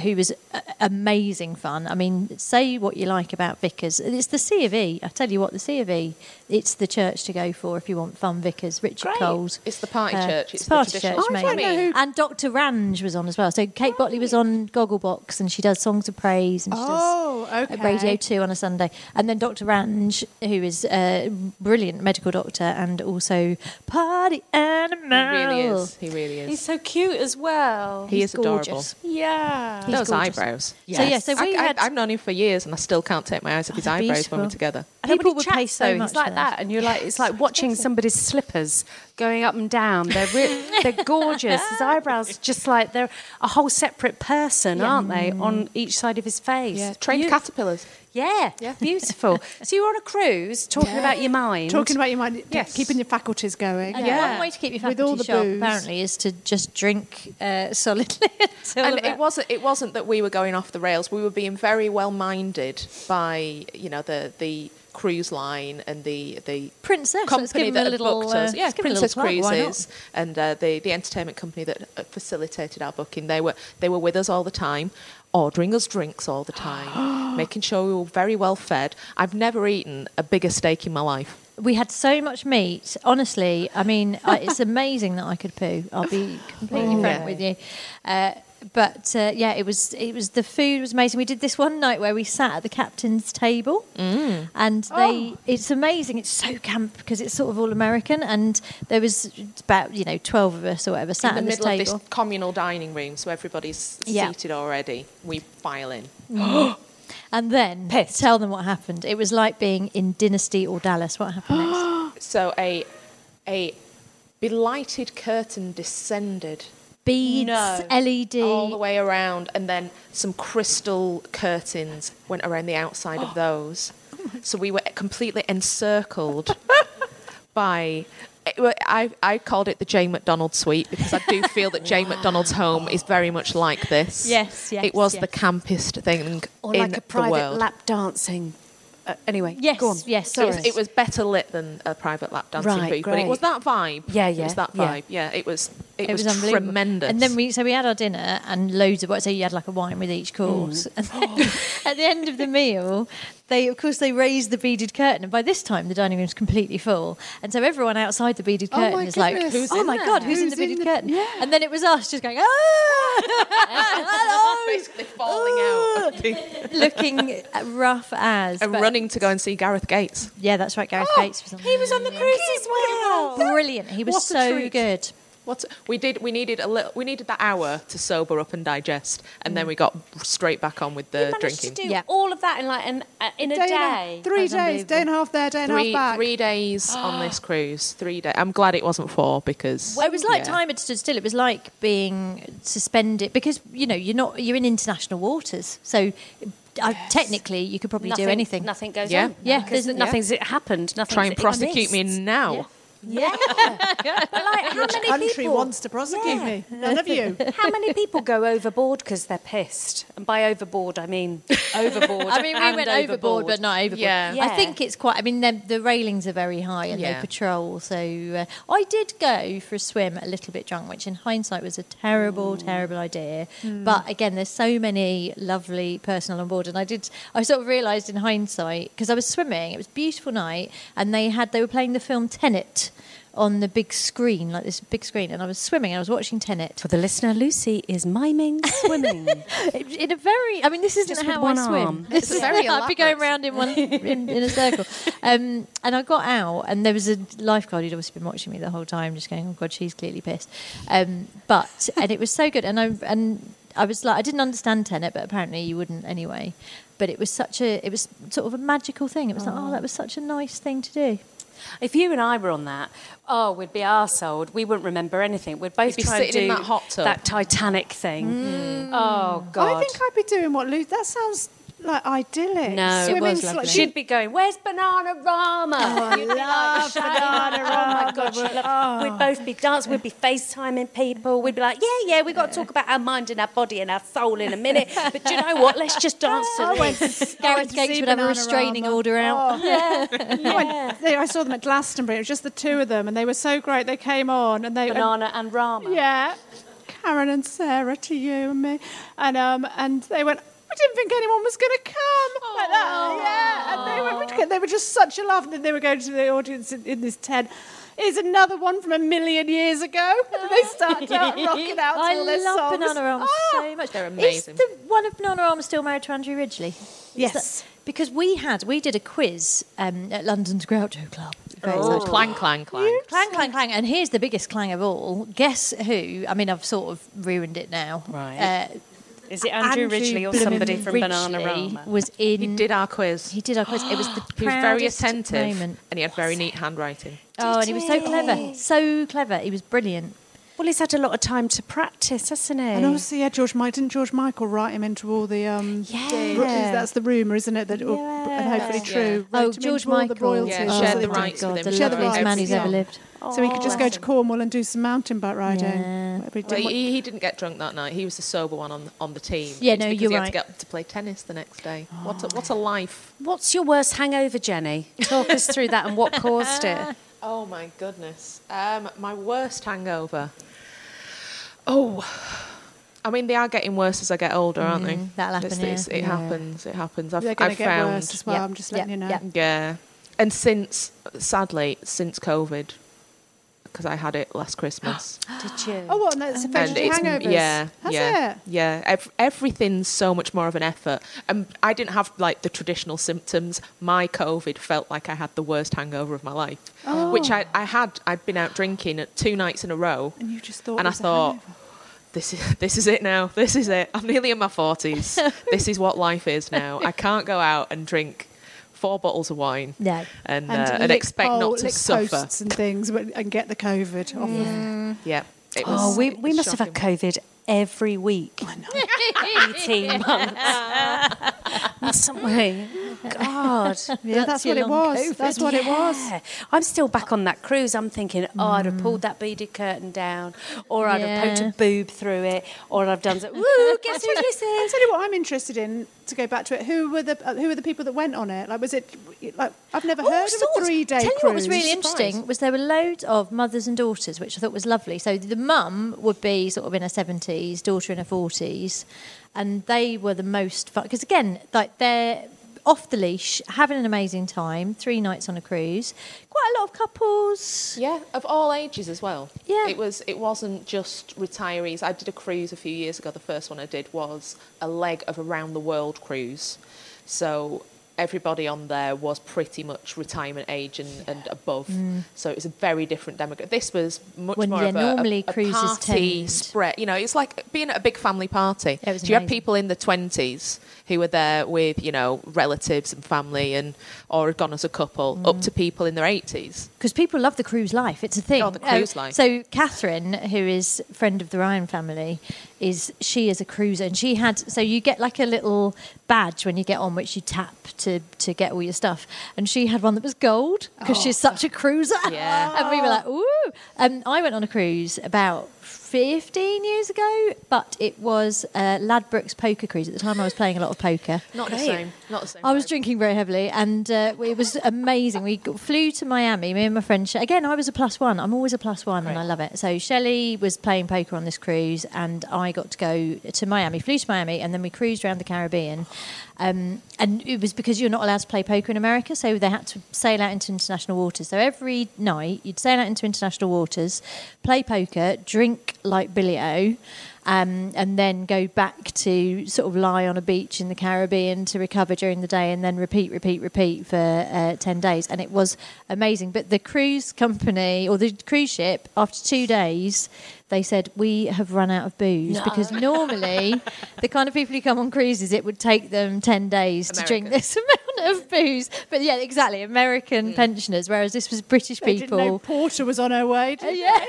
who was a- amazing fun. I mean, say what you like about Vickers. It's the C of E. I tell you what, the C of E, it's the church to go for if you want fun Vickers. Richard Great. Coles. Uh, It's the party church. It's the party traditional church, church. mate. I don't know And Dr. Range was on as well. So Kate Botley was on Gogglebox and she does Songs of Praise and she Oh, does okay. Radio 2 on a Sunday. And then Dr. Range, who is a brilliant medical doctor and also party animal. He really is. He really is. He's so cute as well. He He's is adorable. gorgeous. Yeah. Those eyebrows. So, yeah, so we I, had- I, have known him for years, and I still can't take my eyes off his eyebrows when beautiful. we're together. People would pay so much He's like for that. that, and you're like, it's like watching somebody's slippers going up and down. They're re- they're gorgeous. His eyebrows are just like they're a whole separate person, Yeah. aren't they? On each side of his face. Yeah, trained caterpillars. Yeah, beautiful. so you're on a cruise talking Yeah. about your mind. Talking about your mind, keeping your faculties going. And One way to keep your With faculty all the sharp, booze. apparently, is to just drink uh, solidly. until and about- it wasn't it wasn't that we were going off the rails. We were being very well minded by you know the the cruise line and the the Princess, let's company give 'em a that had little, booked uh, us. Yeah, let's give 'em a little Princess plug, why not? Cruises and uh, the the entertainment company that uh, facilitated our booking. They were they were with us all the time. Ordering us drinks all the time, making sure we were very well fed. I've never eaten a bigger steak in my life. We had so much meat. Honestly, I mean, I, it's amazing that I could poo. I'll be completely Oh. frank with you. Uh, but uh, yeah, it was it was the food was amazing. We did this one night where we sat at the captain's table, Mm. and they it's amazing. It's so camp because it's sort of all American, and there was about you know twelve of us or whatever sat in at the this middle table. of this communal dining room, so everybody's Yeah. seated already. We file in. Mm. and then tell them what happened. It was like being in Dynasty or Dallas. What happened next? so a a belighted curtain descended. Beads, E E LED all the way around, and then some crystal curtains went around the outside Oh. of those. So we were completely encircled by. it wa- I, I called it the Jane McDonald suite because I do feel that Jane McDonald's home is very much like this. Yes, yes, It was the yes. campiest thing or in like a private the world. lap dancing. Uh, anyway, Yes, go on. yes, It was, it was better lit than a private lap dancing Right, booth, but it great. was that vibe. Yeah, It yeah, was that yeah. vibe. Yeah, it was. It, was, unbelievable. tremendous. And then we so we had our dinner and loads of what so you had like a wine with each course. And then at the end of the meal, they of course they raised the beaded curtain and by this time the dining room's completely full. And so everyone outside the beaded Oh my curtain is like, goodness. Who's Oh in my there? god, who's, in Who's the in beaded the- curtain? And then it was us just going, "Ah!" Oh basically falling out. Ah! I think. looking rough as and but- running to go and see Gareth Gates. Yeah, that's right, Gareth Gates was on He was on the cruise as well. Brilliant. He was What a so treat. good. What we did, we needed a little. We needed that hour to sober up and digest, and then we got straight back on with the managed to drinking. do all of that in like an, uh, in a Day day. and a- three That's days, day and a half there, day and a half Three, back. three days on this cruise. Three days. I'm glad it wasn't four because Well, it was like yeah. time had stood still. It was like being suspended because you know you're not you're in international waters, so I, technically, you could probably do anything. Nothing goes Yeah. on. Yeah, because there's- nothing's happened. Nothing's Try and prosecute me exist. now. Yeah. But like, how Which many country people wants to prosecute me? None of you. How many people go overboard because they're pissed? And by overboard, I mean overboard. I mean, we and went overboard, but not overboard. Yeah. I think it's quite. I mean, the, the railings are very high and Yeah. they patrol. So uh, I did go for a swim a little bit drunk, which in hindsight was a terrible, terrible idea. Hmm. Mm. But again, there's so many lovely personnel on board, and I did. I sort of realised in hindsight because I was swimming. It was a beautiful night, and they had they were playing the film Tenet. On the big screen, like this big screen, and I was swimming. and I was watching Tenet. For the listener, Lucy is miming swimming. in a very I mean this isn't Just with how one I swim. arm. This It's is very I'd be going round in one in, in a circle. Um, and I got out and there was a lifeguard who'd obviously been watching me the whole time, just going, Oh god, she's clearly pissed. Um, but and it was so good and I and I was like I didn't understand tenet, but apparently you wouldn't anyway. But it was such a it was sort of a magical thing. It was like, Oh, that was such a nice thing to do. If you and I were on that, oh, we'd be arsehold. We wouldn't remember anything. We'd both You'd be try and sitting in do that hot tub. that Titanic thing. Oh God! I think I'd be doing what Lou. That sounds like idyllic. no, Swimming sli- She'd be going, "Where's Banana Rama?" Oh, I You'd be like, love "Shaggy, Bananarama. Oh my God! she'd love- We'd both be dancing. We'd be FaceTiming people. We'd be like, "Yeah, yeah, we've got to talk about our mind and our body and our soul in a minute." But do you know what? Let's just dance to I went- this. I went Gareth to Gates see would have a Bananarama. restraining order Oh. out. I, went- they- I saw them at Glastonbury. It was just the two of them, and they were so great. They came on, and they Banana and Rama. Yeah, Karen and Sarah to you and me, and um, and they went. We didn't think anyone was going to come like that. Yeah, and they were they were just such a laugh. And then they were going to the audience in, in this tent. Here's another one from a million years ago. And they started out rocking out to I all their love songs. Banana Rama so much. They're Is amazing. the one of Banana Rama still married to Andrew Ridgely? Is Yes. that- because we had we did a quiz um, at London's Groucho Club. Very Oh. much. Clang, clang, clang. Clang, clang, clang. And here's the biggest clang of all. Guess who? I mean, I've sort of ruined it now. Right. Uh, Is it Andrew Ridgely or somebody Bloomin' from Ridgely Bananarama? Was in. He did our quiz. He did our quiz. It was the He was very proudest attentive moment. and he had very neat handwriting. Oh, and he was so clever. So clever. He was brilliant. Well, he's had a lot of time to practice, hasn't he? And Eh. obviously, yeah, George. Mi- Didn't George Michael write him into all the? Um, Yeah. ro- that's the rumor, isn't it? That or- and hopefully Yeah. true. Oh, Wrote him George into all Michael. The royalties Oh, Yeah, or shared something. the rights with him. Shared the Loveliest rights, man who's yeah. ever lived. So he could just go Bless to Cornwall and do some mountain bike riding. Yeah. Whatever he did. But What- he, he didn't get drunk that night. He was the sober one on on the team. Yeah, It's no, because you're he had right. Oh. to get up to play tennis the next day. What a, what a life! What's your worst hangover, Jenny? Talk us through that and what caused it. Oh my goodness. Um, my worst hangover. Oh, I mean, they are getting worse as I get older, aren't they? Mm-hmm. Mm, that'll happen, It's- it's- yeah. it Yeah. happens. It happens. I've, They're gonna I've get found. worse as well, Yep, I'm just letting yep, you know. yep. Yeah. And since, sadly, since COVID, because I had it last Christmas. Did you? oh, what? No, it's affected your it's- hangovers. Yeah, Has yeah, it? yeah. Ev- everything's so much more of an effort, and I didn't have like the traditional symptoms. My COVID felt like I had the worst hangover of my life, which I, I had. I'd been out drinking at two nights in a row, Oh. And you just thought. and it I was a thought, hangover. this is this is it now. This is it. I'm nearly in my forties. this is what life is now. I can't go out and drink four bottles of wine No. and uh, and, and, lick expect pole- not to lick suffer. posts and things but- and get the COVID off. Yeah. It was, Oh, we, it we was must have had shocking. COVID every week. 18 months. Mustn't we? God. Yeah, that's your what it long was. COVID. That's what it was. Yeah. I'm still back on that cruise. I'm thinking, oh, I'd have pulled that beaded curtain down, or I'd have poked Yeah. a boob through it, or I've done something. Woo, guess who this I'll is? tell you what I'm interested in to go back to it. Who were the uh, who were the people that went on it? Like, was it like I've never All heard of a sorts. three day Tell cruise? you what was really interesting was there were loads of mothers and daughters, which I thought was lovely. So the mum would be sort of in her seventies, daughter in her forties, and they were the most fun because again, like they're off the leash, having an amazing time, three nights on a cruise. Quite a lot of couples. Yeah, of all ages as well. Yeah. It was it wasn't just retirees. I did a cruise a few years ago. The first one I did was a leg of a round the world cruise. So everybody on there was pretty much retirement age and, and above. So it was a very different demographic. This was much Mm. When, more yeah, of a, a- normally a cruises party tend. spread. You know, it's like being at a big family party. It was so you had amazing. people in the twenties who are there with you know relatives and family and or have gone as a couple, Mm. up to people in their eighties. Because people love the cruise life. It's a thing. Um, Oh, the cruise life. So Catherine, who is friend of the Ryan family, is she is a cruiser, and she had so you get like a little badge when you get on, which you tap to to get all your stuff, and she had one that was gold because she's such a cruiser. Yeah. and we were like, ooh. Um, I went on a cruise about. 15 years ago, but it was uh, Ladbrokes poker cruise. At the time, I was playing a lot of poker. Not the same. Not the same. I was drinking very heavily, and uh, it was amazing. We g- flew to Miami. Me and my friend. She- Again, I was a plus one. I'm always a plus one, and I love it. So Shelley was playing poker on this cruise, and I got to go to Miami. Flew to Miami, and then we cruised around the Caribbean. Um, and it was because you're not allowed to play poker in America, so they had to sail out into international waters. So every night you'd sail out into international waters, play poker, drink like Billy O, um, and then go back to sort of lie on a beach in the Caribbean to recover during the day, and then repeat, repeat, repeat for uh, ten days. And it was amazing. But the cruise company or the cruise ship, after two days, they said we have run out of booze No. because normally the kind of people who come on cruises, it would take them ten days to drink this amount of booze. But yeah, exactly, American pensioners. Whereas this was British Hmm. They people. didn't know Porter was on her way. Oh, did yeah.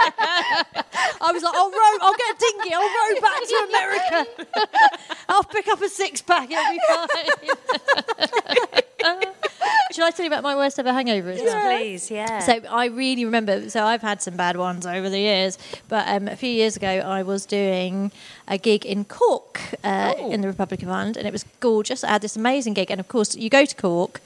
I was like, I'll row, I'll get a dinghy, I'll row back to America. I'll pick up a six pack, it'll be fine. Should I tell you about my worst ever hangover? As Yes, well? please, yeah. So I really remember. So I've had some bad ones over the years, but um, a few years ago I was doing a gig in Cork uh, in the Republic of Ireland, and it was gorgeous. I had this amazing gig, and of course you go to Cork,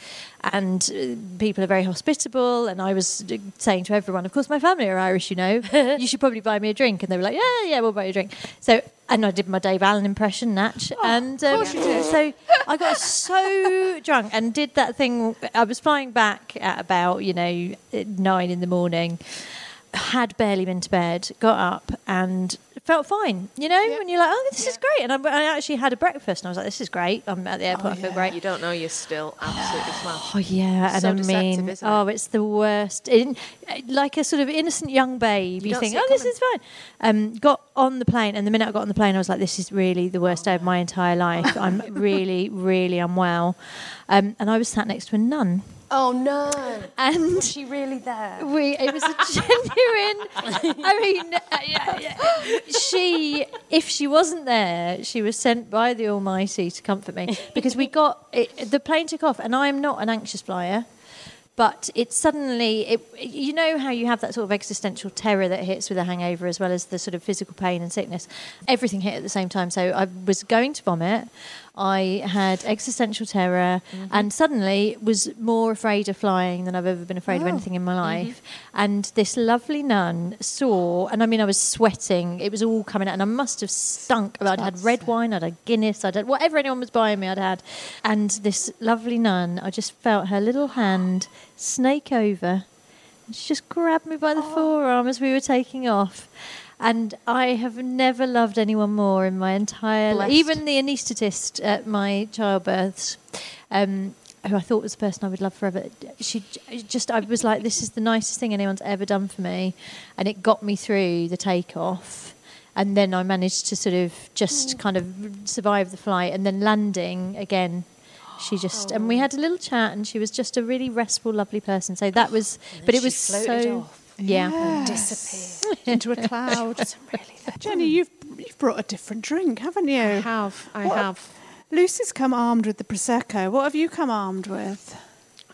and uh, people are very hospitable. And I was uh, saying to everyone, of course my family are Irish, you know. you should probably buy me a drink, and they were like, yeah, yeah, we'll buy you a drink. So. And I did my Dave Allen impression, Natch, and um, Oh, course you did. so I got so drunk and did that thing. I was flying back at about, you know, nine in the morning, had barely been to bed, got up and felt fine, you know, and you're like, oh, this is great. And I, I actually had a breakfast and I was like, this is great. I'm at the airport, Oh, I feel great. You don't know you're still absolutely smashed. Oh yeah, and so I deceptive, mean, isn't it? oh, it's the worst. In, like a sort of innocent young babe, You you, don't think, see it oh, this is fine. Um, got on the plane, and the minute I got on the plane, I was like, this is really the worst day of my entire life. I'm really, really unwell, um, and I was sat next to a nun. Oh no! And was she really there? We. It was a genuine. I mean, uh, yeah, yeah. she. If she wasn't there, she was sent by the Almighty to comfort me because we got it, the plane took off, and I am not an anxious flyer. But it suddenly, it, you know how you have that sort of existential terror that hits with a hangover, as well as the sort of physical pain and sickness. Everything hit at the same time. So I was going to vomit. I had existential terror, and suddenly was more afraid of flying than I've ever been afraid of Oh. anything in my life. And this lovely nun saw, and I mean, I was sweating. It was all coming out, and I must have stunk. I'd had red wine, I'd had Guinness, I'd had whatever anyone was buying me, I'd had. And this lovely nun, I just felt her little hand snake over. And she just grabbed me by the forearm as we were taking off. And I have never loved anyone more in my entire life. Blessed. Even the anaesthetist at my childbirths, um, who I thought was the person I would love forever, she j- just, I was like, this is the nicest thing anyone's ever done for me. And it got me through the takeoff. And then I managed to sort of just kind of survive the flight. And then landing again, she just and we had a little chat and she was just a really restful lovely person so that was but it was floated so off. yeah Disappeared. into a cloud. Jenny, you've you've brought a different drink, haven't you? I have. I have. Lucy's come armed with the prosecco. What have you come armed with?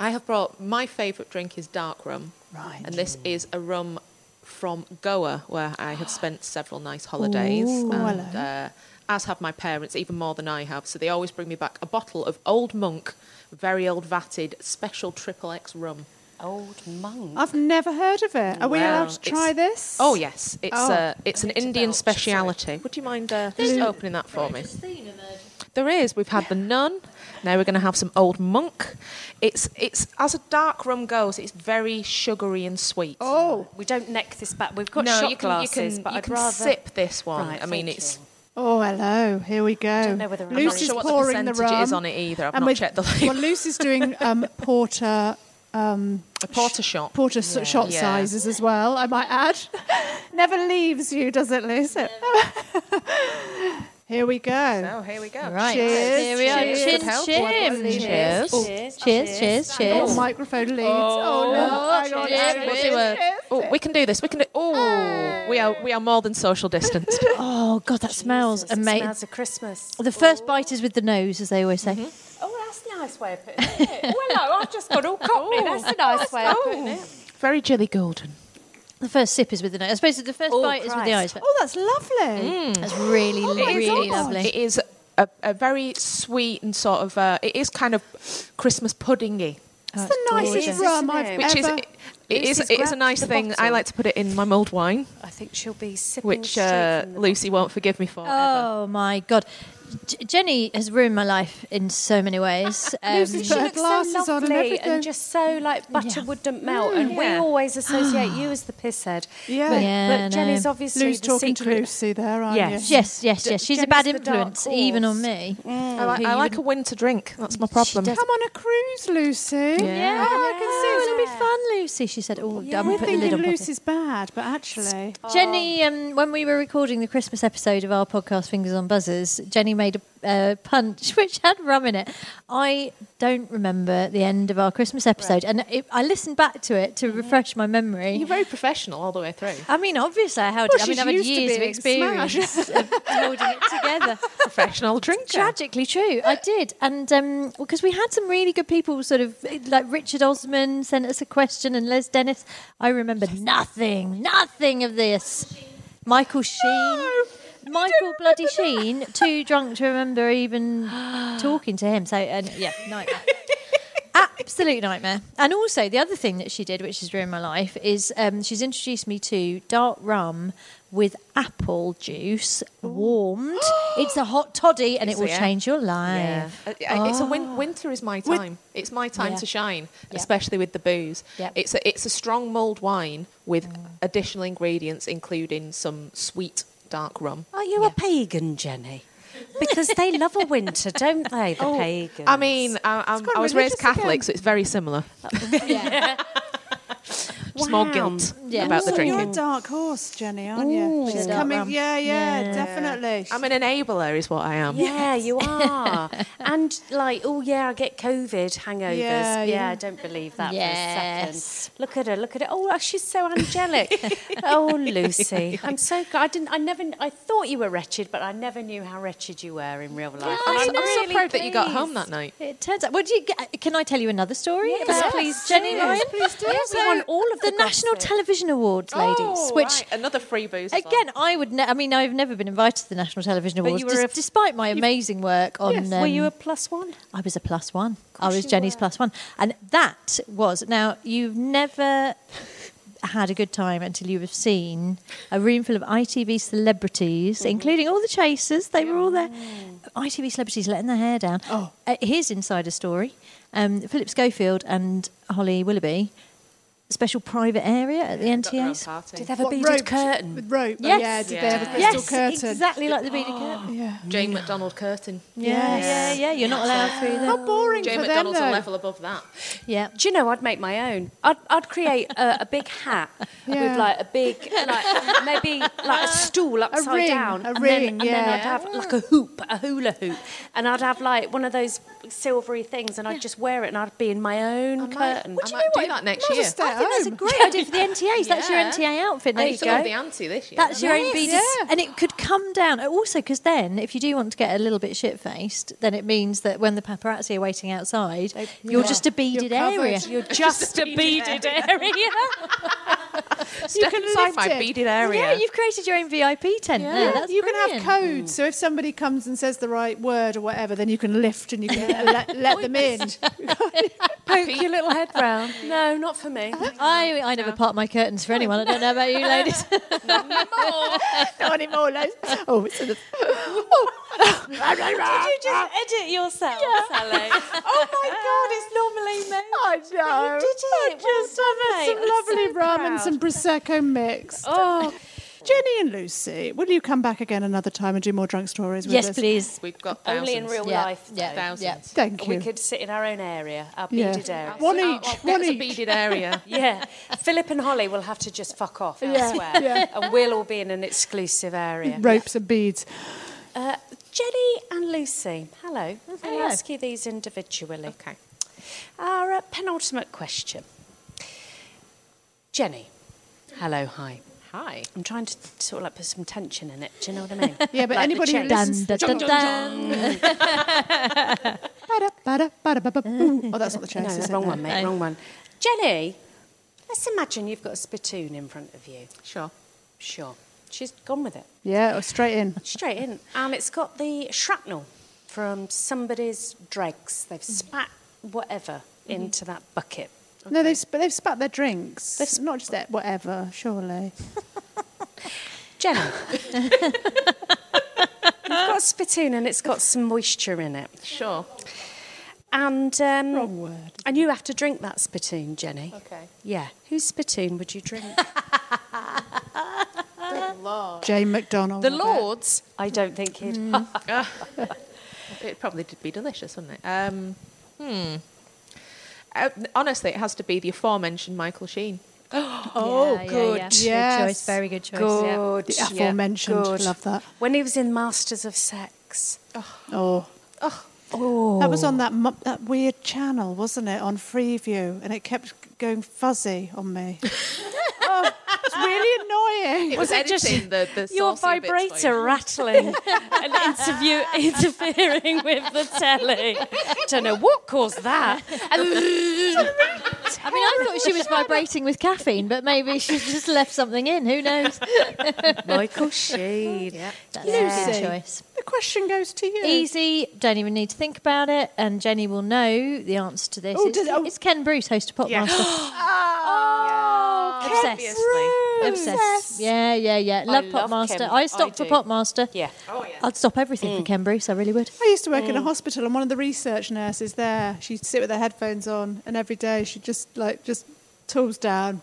I have brought my favourite drink is dark rum. Right. And this is a rum from Goa, where I have spent several nice holidays. Ooh. and, Hello. Uh, as have my parents, even more than I have. So they always bring me back a bottle of Old Monk, very old vatted, special triple X rum. Old monk. I've never heard of it. Are we Well, allowed to try it's- this? Oh yes, it's Oh. uh, it's an Indian speciality. Would you mind uh, just opening that for me? There is. We've had the nun. Now we're going to have some old monk. It's it's as a dark rum goes. It's very sugary and sweet. Oh, we don't neck this back. We've got no, shot you can, glasses, you can, but you I'd can rather sip this one. Right, I mean, thank it's Oh, hello. Here we go. don't know whether I'm- I'm not Lucy's sure what the pouring the, percentage rum. is on it either. I've And not we've- checked the Well, Lucy's doing um, porter. Um, a porter shot. Porter s shot Yeah. sizes as well, I might add. Never leaves you, does it, Lucy? Here we go. So Oh, here we go. Right. Cheers. Here we are. Cheers. Chin, Help. chin. What are these? Cheers. Oh. Cheers. Cheers. Cheers. Oh, microphone leads. Oh, no. Hang on, hang on. We'll do a- oh, we can do this. We can do. Oh, we are we are more than social distanced. Oh god, that smells amazing. smells of Christmas. The first bite is with the nose, as they always say. Oh, that's a nice way of putting it. well, no, I've just got all Oh, cockney. That's a nice way of putting it. Very jelly golden. The first sip is with the nose. I suppose the first bite is with the eyes. But Oh, that's lovely. That's really, It is really almost- lovely. It is a, a very sweet and sort of. Uh, it is kind of Christmas puddingy. It's the nicest rum I've Which is ever. it, it Lucy's is it is grabbed a nice the thing. I bottle. like to put it in my mulled wine, I think she'll be sipping which straight uh, from the Lucy won't forgive me for. Oh my god. J- Jenny has ruined my life in so many ways. Um, Lucy's put her glasses so on and lovely everything. and, just so like butter wouldn't melt. Mm. and we Yeah. always associate you as the pisshead. Yeah. But, Yeah, but Jenny's no. obviously Lou's the talking secret. to Lucy there, aren't Yes. you? yes, yes, D- yes. She's a Jenny's bad the dark influence, even on horse. me. Mm. I, like, I like a winter drink. That's my problem. does- Come on a cruise, Lucy. Yeah, Oh, I can see. it'll be fun, Lucy. She said, "Oh, yeah, We're put the lid thinking on." properly." Lucy's bad, but actually, Jenny, um, when we were recording the Christmas episode of our podcast, Fingers on Buzzers, Jenny made a uh, punch which had rum in it. I don't remember the end of our Christmas episode, and it, I listened back to it Mm-hmm. to refresh my memory. You're very professional all the way through. I mean, obviously, I had, Well, I mean, she's I've had used to years of being smashed. experience of holding it together. professional drinker. Tragically true, I did, and um, because we had some really good people, sort of like Richard Osman sent us a question, and Les Dennis. I remember nothing, nothing of this. Michael Sheen, Michael Bloody Sheen, too drunk to remember even talking to him. So, and yeah, nightmare. Absolute nightmare. And also, the other thing that she did, which has ruined my life, is um, she's introduced me to dark rum with apple juice warmed. it's a hot toddy and it Is will it, yeah? change your life. Yeah. Uh, I- It's a win- winter is my time. it's my time Yeah. to shine, Yeah. especially with the booze. Yep. It's a it's a strong mulled wine with additional ingredients, including some sweet dark rum. Are you a pagan, Jenny? Because they love a winter, don't they? The pagans. Oh, I mean, I, I'm, gone I was raised religious Catholic, again. so it's very similar. Just more guilt Yeah. about the Ooh, so you're a drinking. dark horse, Jenny, aren't you? She's dark coming. rum. Yeah, yeah, Yeah. definitely. I'm an enabler, is what I am. yeah, you are. and like, oh yeah, I get COVID hangovers. Yeah, Yeah, yeah. I don't believe that for a Yes. second. Look at her, look at her. Oh, she's so angelic. oh, Lucy, I'm so glad. I didn't. I never. I thought you were wretched, but I never knew how wretched you were in real life. I'm, And so, I'm so really proud that you got home that night. It turns out. Well, do you, get- can I tell you another story? about please Jenny do. Ryan. Please do. So, We want all of the, the National gossip. Television Awards, ladies, Oh, which. right, another free booze. as well. Again, I would. Ne- I mean, I've never been invited to the National Television Awards, you were des- a- despite my amazing work on. were you a um, plus one? Oh, I was a plus one. I was Jenny's plus one, and that was now you've never had a good time until you have seen a room full of ITV celebrities, Mm-hmm. including all the chasers. They were all there. Mm. ITV celebrities letting their hair down. Oh. Uh, here's insider story: um, Philip Schofield and Holly Willoughby, special private area at the Got their own NTA's. party. Did they have a What, beaded rope? curtain? With rope. oh, Yes. Yeah. Did they have a Yeah. crystal Yes, curtain? exactly like the beaded curtain. Yeah. Jane McDonald curtain. Yeah, Oh. yeah, yeah. You're not allowed through there. How boring Jane for them McDonald's a though. level above that. Yeah. Do you know, I'd make my own. I'd, I'd create a, a big hat Yeah. with like a big, like maybe like a stool upside ring, down. a and ring, then, And then yeah. I'd have like a hoop, a hula hoop. And I'd have like one of those silvery things and I'd just wear it and I'd be in my own curtain. I might do that next year. Stay at That's a home. great idea for the NTAs. That's your Yeah. NTA outfit. There I you still have go. the ante this year. That's your own beaded, yeah. and it could come down. Also, because then, if you do want to get a little bit shit faced, then it means that when the paparazzi are waiting outside, you're just a beaded covered. area. You're just a beaded area. Step can inside lift my it. beaded area. yeah, you've created your own VIP tent. there. That's you brilliant. can have codes. So if somebody comes and says the right word or whatever, then you can lift and you can let, let them in. Poke your little head round. No, not for me. I, I never part my curtains for anyone. I don't know about you, ladies. Not anymore, Les. Oh, it's in the. Did you just edit yourself, Sally? Oh my God, it's normally me. I know. you did it. I Well just done, mate. have some I'm lovely so rum and proud. some prosecco mixed. Oh, Jenny and Lucy, will you come back again another time and do more drunk stories? With yes, us? please. We've got thousands. only in real Yeah, life. yeah, though. Thousands. yeah. Thank you. We could sit in our own area, our Yeah. beaded area. One Oh, each. well, one that's a each. beaded area. Yeah, Philip and Holly will have to just fuck off Yeah, elsewhere, yeah. Mm. and we'll all be in an exclusive area. Ropes and beads. Uh, Jenny and Lucy, hello. I'm going to Hello. ask you these individually. Okay. Our uh, penultimate question. Jenny, hello, hi. Hi. I'm trying to sort of like put some tension in it. Do you know what I mean? Yeah, but Like the anybody who chase. listens- Dun, dun, dun, Ba-da, ba-da, ba-da, boo. Oh, that's not the No, chase. is it? wrong No. one, mate. Wrong one. Jenny, let's imagine you've got a spittoon in front of you. Sure. Sure. She's gone with it. Yeah, or straight in. Straight in. Um, it's got the shrapnel from somebody's dregs. They've spat whatever Mhm. into that bucket. No, they've sp- they've spat their drinks. They've not just that whatever. Surely. Jenny. You've got a spittoon and it's got some moisture in it. Sure. And um, wrong word. And you have to drink that spittoon, Jenny. Okay. Yeah. Whose spittoon would you drink? Jane McDonald. The Lord's? I don't think he'd. It'd probably be delicious, wouldn't it? Um, hmm. Uh, honestly, it has to be the aforementioned Michael Sheen. Oh, yeah, good. yeah. Good Yes. choice, very good choice, yeah. Good. The aforementioned, love that. When he was in Masters of Sex. Oh. Oh. Oh. That was on that mu- that weird channel, wasn't it? On Freeview, and it kept g- going fuzzy on me. oh, it's really annoying. It was, editing the, the Your saucy bits for you. vibrator rattling and interview interfering with the telly. Don't know what caused that. I mean, I thought she was vibrating with caffeine, but maybe she's just left something in. Who knows? Michael Sheen. yeah. That's Lucy, a good choice. The question goes to you. Easy, don't even need to think about it, and Jenny will know the answer to this. Oh, it's, did- oh. it's Ken Bruce, host of Popmaster. oh, Obsessed. Obsessed. Yeah, yeah, yeah. Love love Popmaster. Ken. I I stopped for do. Popmaster. Yeah. Oh, yeah. I'd stop everything for Ken Bruce, I really would. I used to work in a Mm. hospital, and one of the research nurses there, she'd sit with her headphones on, and every day she'd just like just tools down,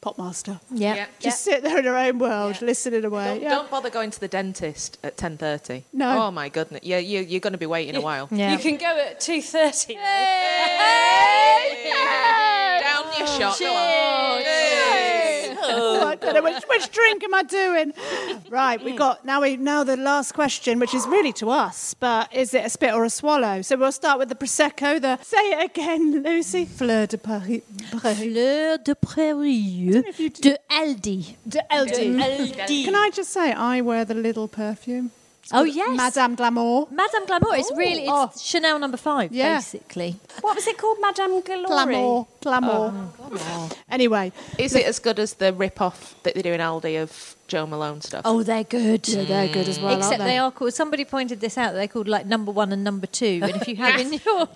pop master. Yeah. Yeah. Just sit there in her own world, listening away. Don't, yeah. don't bother going to the dentist at ten thirty. No. Oh my goodness. Yeah, you, you're going to be waiting a while. You can go at 2.30. Down your shot. Go on. Oh, I don't know which, which drink am I doing? Right, we got now. We now the last question, which is really to us, but is it a spit or a swallow? So we'll start with the prosecco. The say it again, Lucy. Fleur de Paris. Fleur de Prairie de Aldi. De Aldi. Can I just say I wear the little perfume? It's Oh, called yes. Madame Glamour. Madame Glamour is really it's Chanel number five, Yeah. basically. What was it called? Madame Glory? Glamour. Glamour. Oh, Anyway, Is it as good as the rip-off that they do in Aldi of Joe Malone stuff? Oh, they're good. Yeah, they're good as well, aren't Except they? are called. Somebody pointed this out. They're called like number one and number two. And if you have in your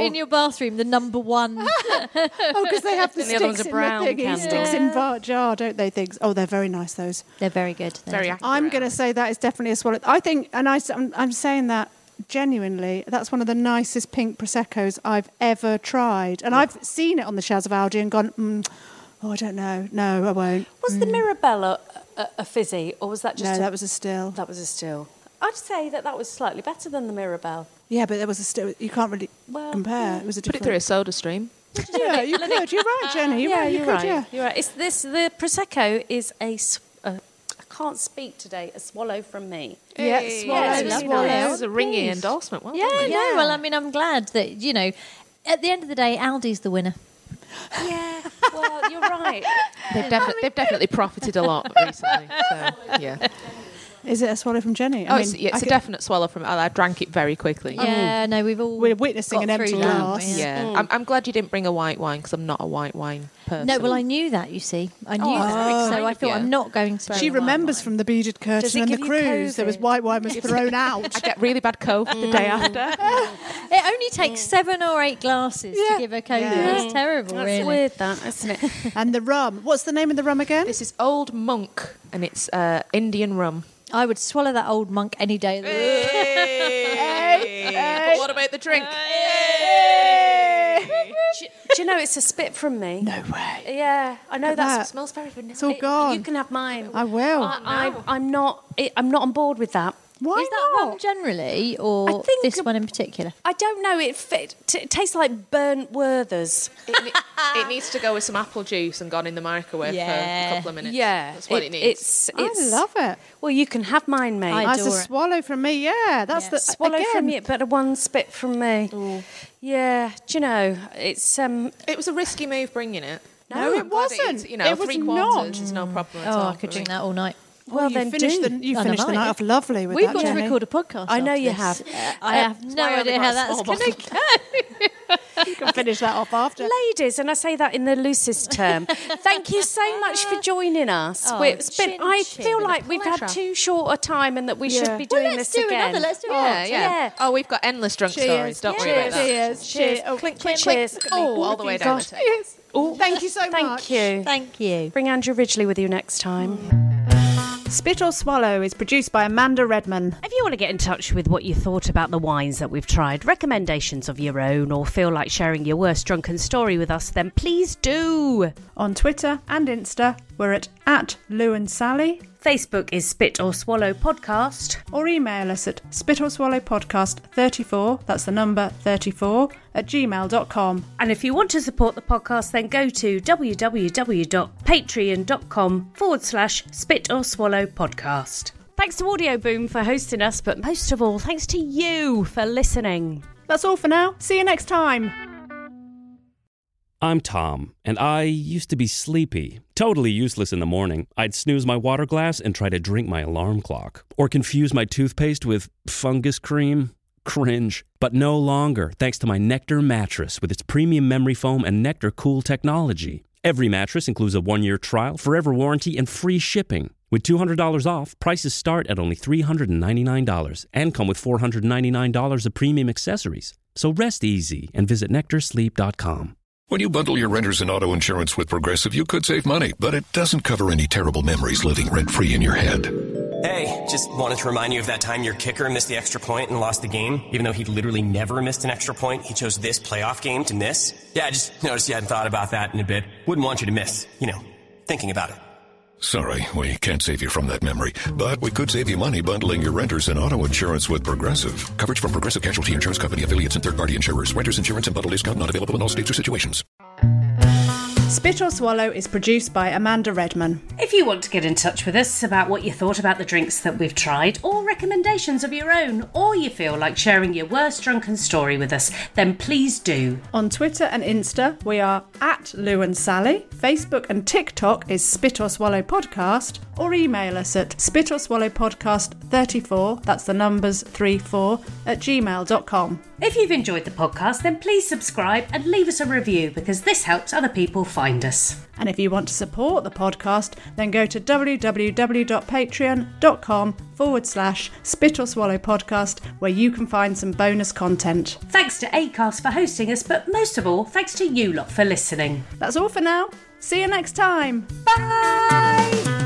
in your bathroom the number one, oh, because they have the, And sticks the other one's a in brown the thingy, candle. sticks in bar jar, don't they? Things. Oh, they're very nice. Those. they're very good. They're good. I'm going to say that is definitely a swallow. I think, and I, am I'm saying that genuinely. That's one of the nicest pink proseccos I've ever tried, and I've seen it on the shelves of Aldi and gone, mm, oh, I don't know, no, I won't. Was the Mirabella a, a fizzy, or was that just Mm. a... No, that was a still. That was a still. I'd say that that was slightly better than the Mirabelle. Yeah, but there was a still. You can't really Well, compare. It was a Put it different. through a soda stream. yeah, you could. You're right, Jenny. You're yeah, right. You you're could. right. Yeah. You're right. It's this. The prosecco is a. s- uh, I can't speak today. A swallow from me. Yeah, swallow, Yeah, it's That really nice. was a ringy endorsement. Well Yeah, done, no. Well, I mean, I'm glad that you know. At the end of the day, Aldi's the winner. Yeah. Well, you're right. They've, defi- they've definitely profited a lot recently. So, yeah. Is it a swallow from Jenny? oh, it's, yeah, I it's a could- definite swallow from. I, I drank it very quickly. Yeah, no, we've all We're witnessing got an empty through that, glass. haven't we? Yeah. I'm, I'm glad you didn't bring a white wine because I'm not a white wine person. No, well, I knew that. You see, I knew Oh, that's that. very So I kind of thought you. I'm not going to. She remembers from the beaded curtain and the give you cruise. There was COVID? white wine was thrown out. I get really bad cold Mm. the day after. It only takes seven or eight glasses to give her COVID. Yeah. That's terrible, That's really. weird, that isn't it? and the rum. What's the name of the rum again? This is Old Monk and it's uh, Indian rum. I would swallow that old monk any day of the week. But what about the drink? do, you- do you know it's a spit from me? No way. Yeah, I know Look at that that. smells very vanilla. It's all It- gone. You can have mine. I will. I, I'm, I'm not. I'm not on board with that. Why Is that rum generally, or this one in particular? I don't know. It, fit, t- it tastes like burnt Werther's. It, ne- it needs to go with some apple juice and gone in the microwave for a couple of minutes. Yeah, that's what it, needs. It's, it's, it. Well, you can have mine, mate. I That's a adore it. swallow from me. Yeah, that's the swallow again. from you, but a one spit from me. Yeah, do you know? It's um. Oh, It was a risky move bringing it. No, it I'm glad wasn't. you know, It was three not. quarters is no problem Oh, at all. for me. all night. Well, then finished do. the- you finished the night off lovely with We've that, got to Jenny. record a podcast. I know after you this. have. I Uh, have no idea how that's going to go. you can finish that off uh, after. Ladies, and I say that in the loosest term. Thank you so much for joining us. Oh, We're- it's been, chin I chin. feel Been a like we've had pleasure. too short a time, and that we Yeah. should be Well, doing let's this do again. another, let's do Yeah, yeah. Oh, we've got endless drunk Cheers. stories. Don't worry about that. Cheers. Cheers. Cheers. Clink, clink, Cheers. clink. Oh, all the way down. Gosh. the table. Oh, Thank you so much. Thank you. Oh, Thank you. Bring Andrew Ridgely with you next Mm. time. Spit or Swallow is produced by Amanda Redman. If you want to get in touch with what you thought about the wines that we've tried, recommendations of your own, or feel like sharing your worst drunken story with us, then please do. On Twitter and Insta, we're at, at Lou and Sally. Facebook is Spit or Swallow Podcast. Or email us at spit or swallow podcast 34, that's the number 34, at gmail.com. And if you want to support the podcast, then go to www.patreon.com forward slash spit or swallow podcast. Thanks to Audio Boom for hosting us, but most of all, thanks to you for listening. That's all for now. See you next time. I'm Tom, and I used to be sleepy, totally useless in the morning. I'd snooze my water glass and try to drink my alarm clock, or confuse my toothpaste with fungus cream. Cringe. But no longer, thanks to my Nectar mattress with its premium memory foam and Nectar Cool technology. Every mattress includes a one year trial, forever warranty, and free shipping. With $200 off, prices start at only $399 and come with $499 of premium accessories. So rest easy and visit nectarsleep.com. When you bundle your renters and auto insurance with Progressive, you could save money, but it doesn't cover any terrible memories living rent free in your head. Hey, just wanted to remind you of that time your kicker missed the extra point and lost the game. Even though he literally never missed an extra point, he chose this playoff game to miss. Yeah, I just noticed you hadn't thought about that in a bit. Wouldn't want you to miss, you know, thinking about it. Sorry, we can't save you from that memory, but we could save you money bundling your renters and auto insurance with Progressive. Coverage from Progressive Casualty Insurance Company affiliates and third party insurers. Renters insurance and bundle discount not available in all states or situations. Spit or Swallow is produced by Amanda Redman. If you want to get in touch with us about what you thought about the drinks that we've tried, or recommendations of your own, or you feel like sharing your worst drunken story with us, then please do. On Twitter and Insta, we are at Lou and Sally. Facebook and TikTok is Spit or Swallow Podcast. Or email us at spit or swallow podcast 34, that's the numbers 34, at gmail.com. If you've enjoyed the podcast, then please subscribe and leave us a review because this helps other people find us. And if you want to support the podcast, then go to www.patreon.com forward slash spit or swallow podcast, where you can find some bonus content. Thanks to ACAST for hosting us, but most of all, thanks to you lot for listening. That's all for now. See you next time. Bye!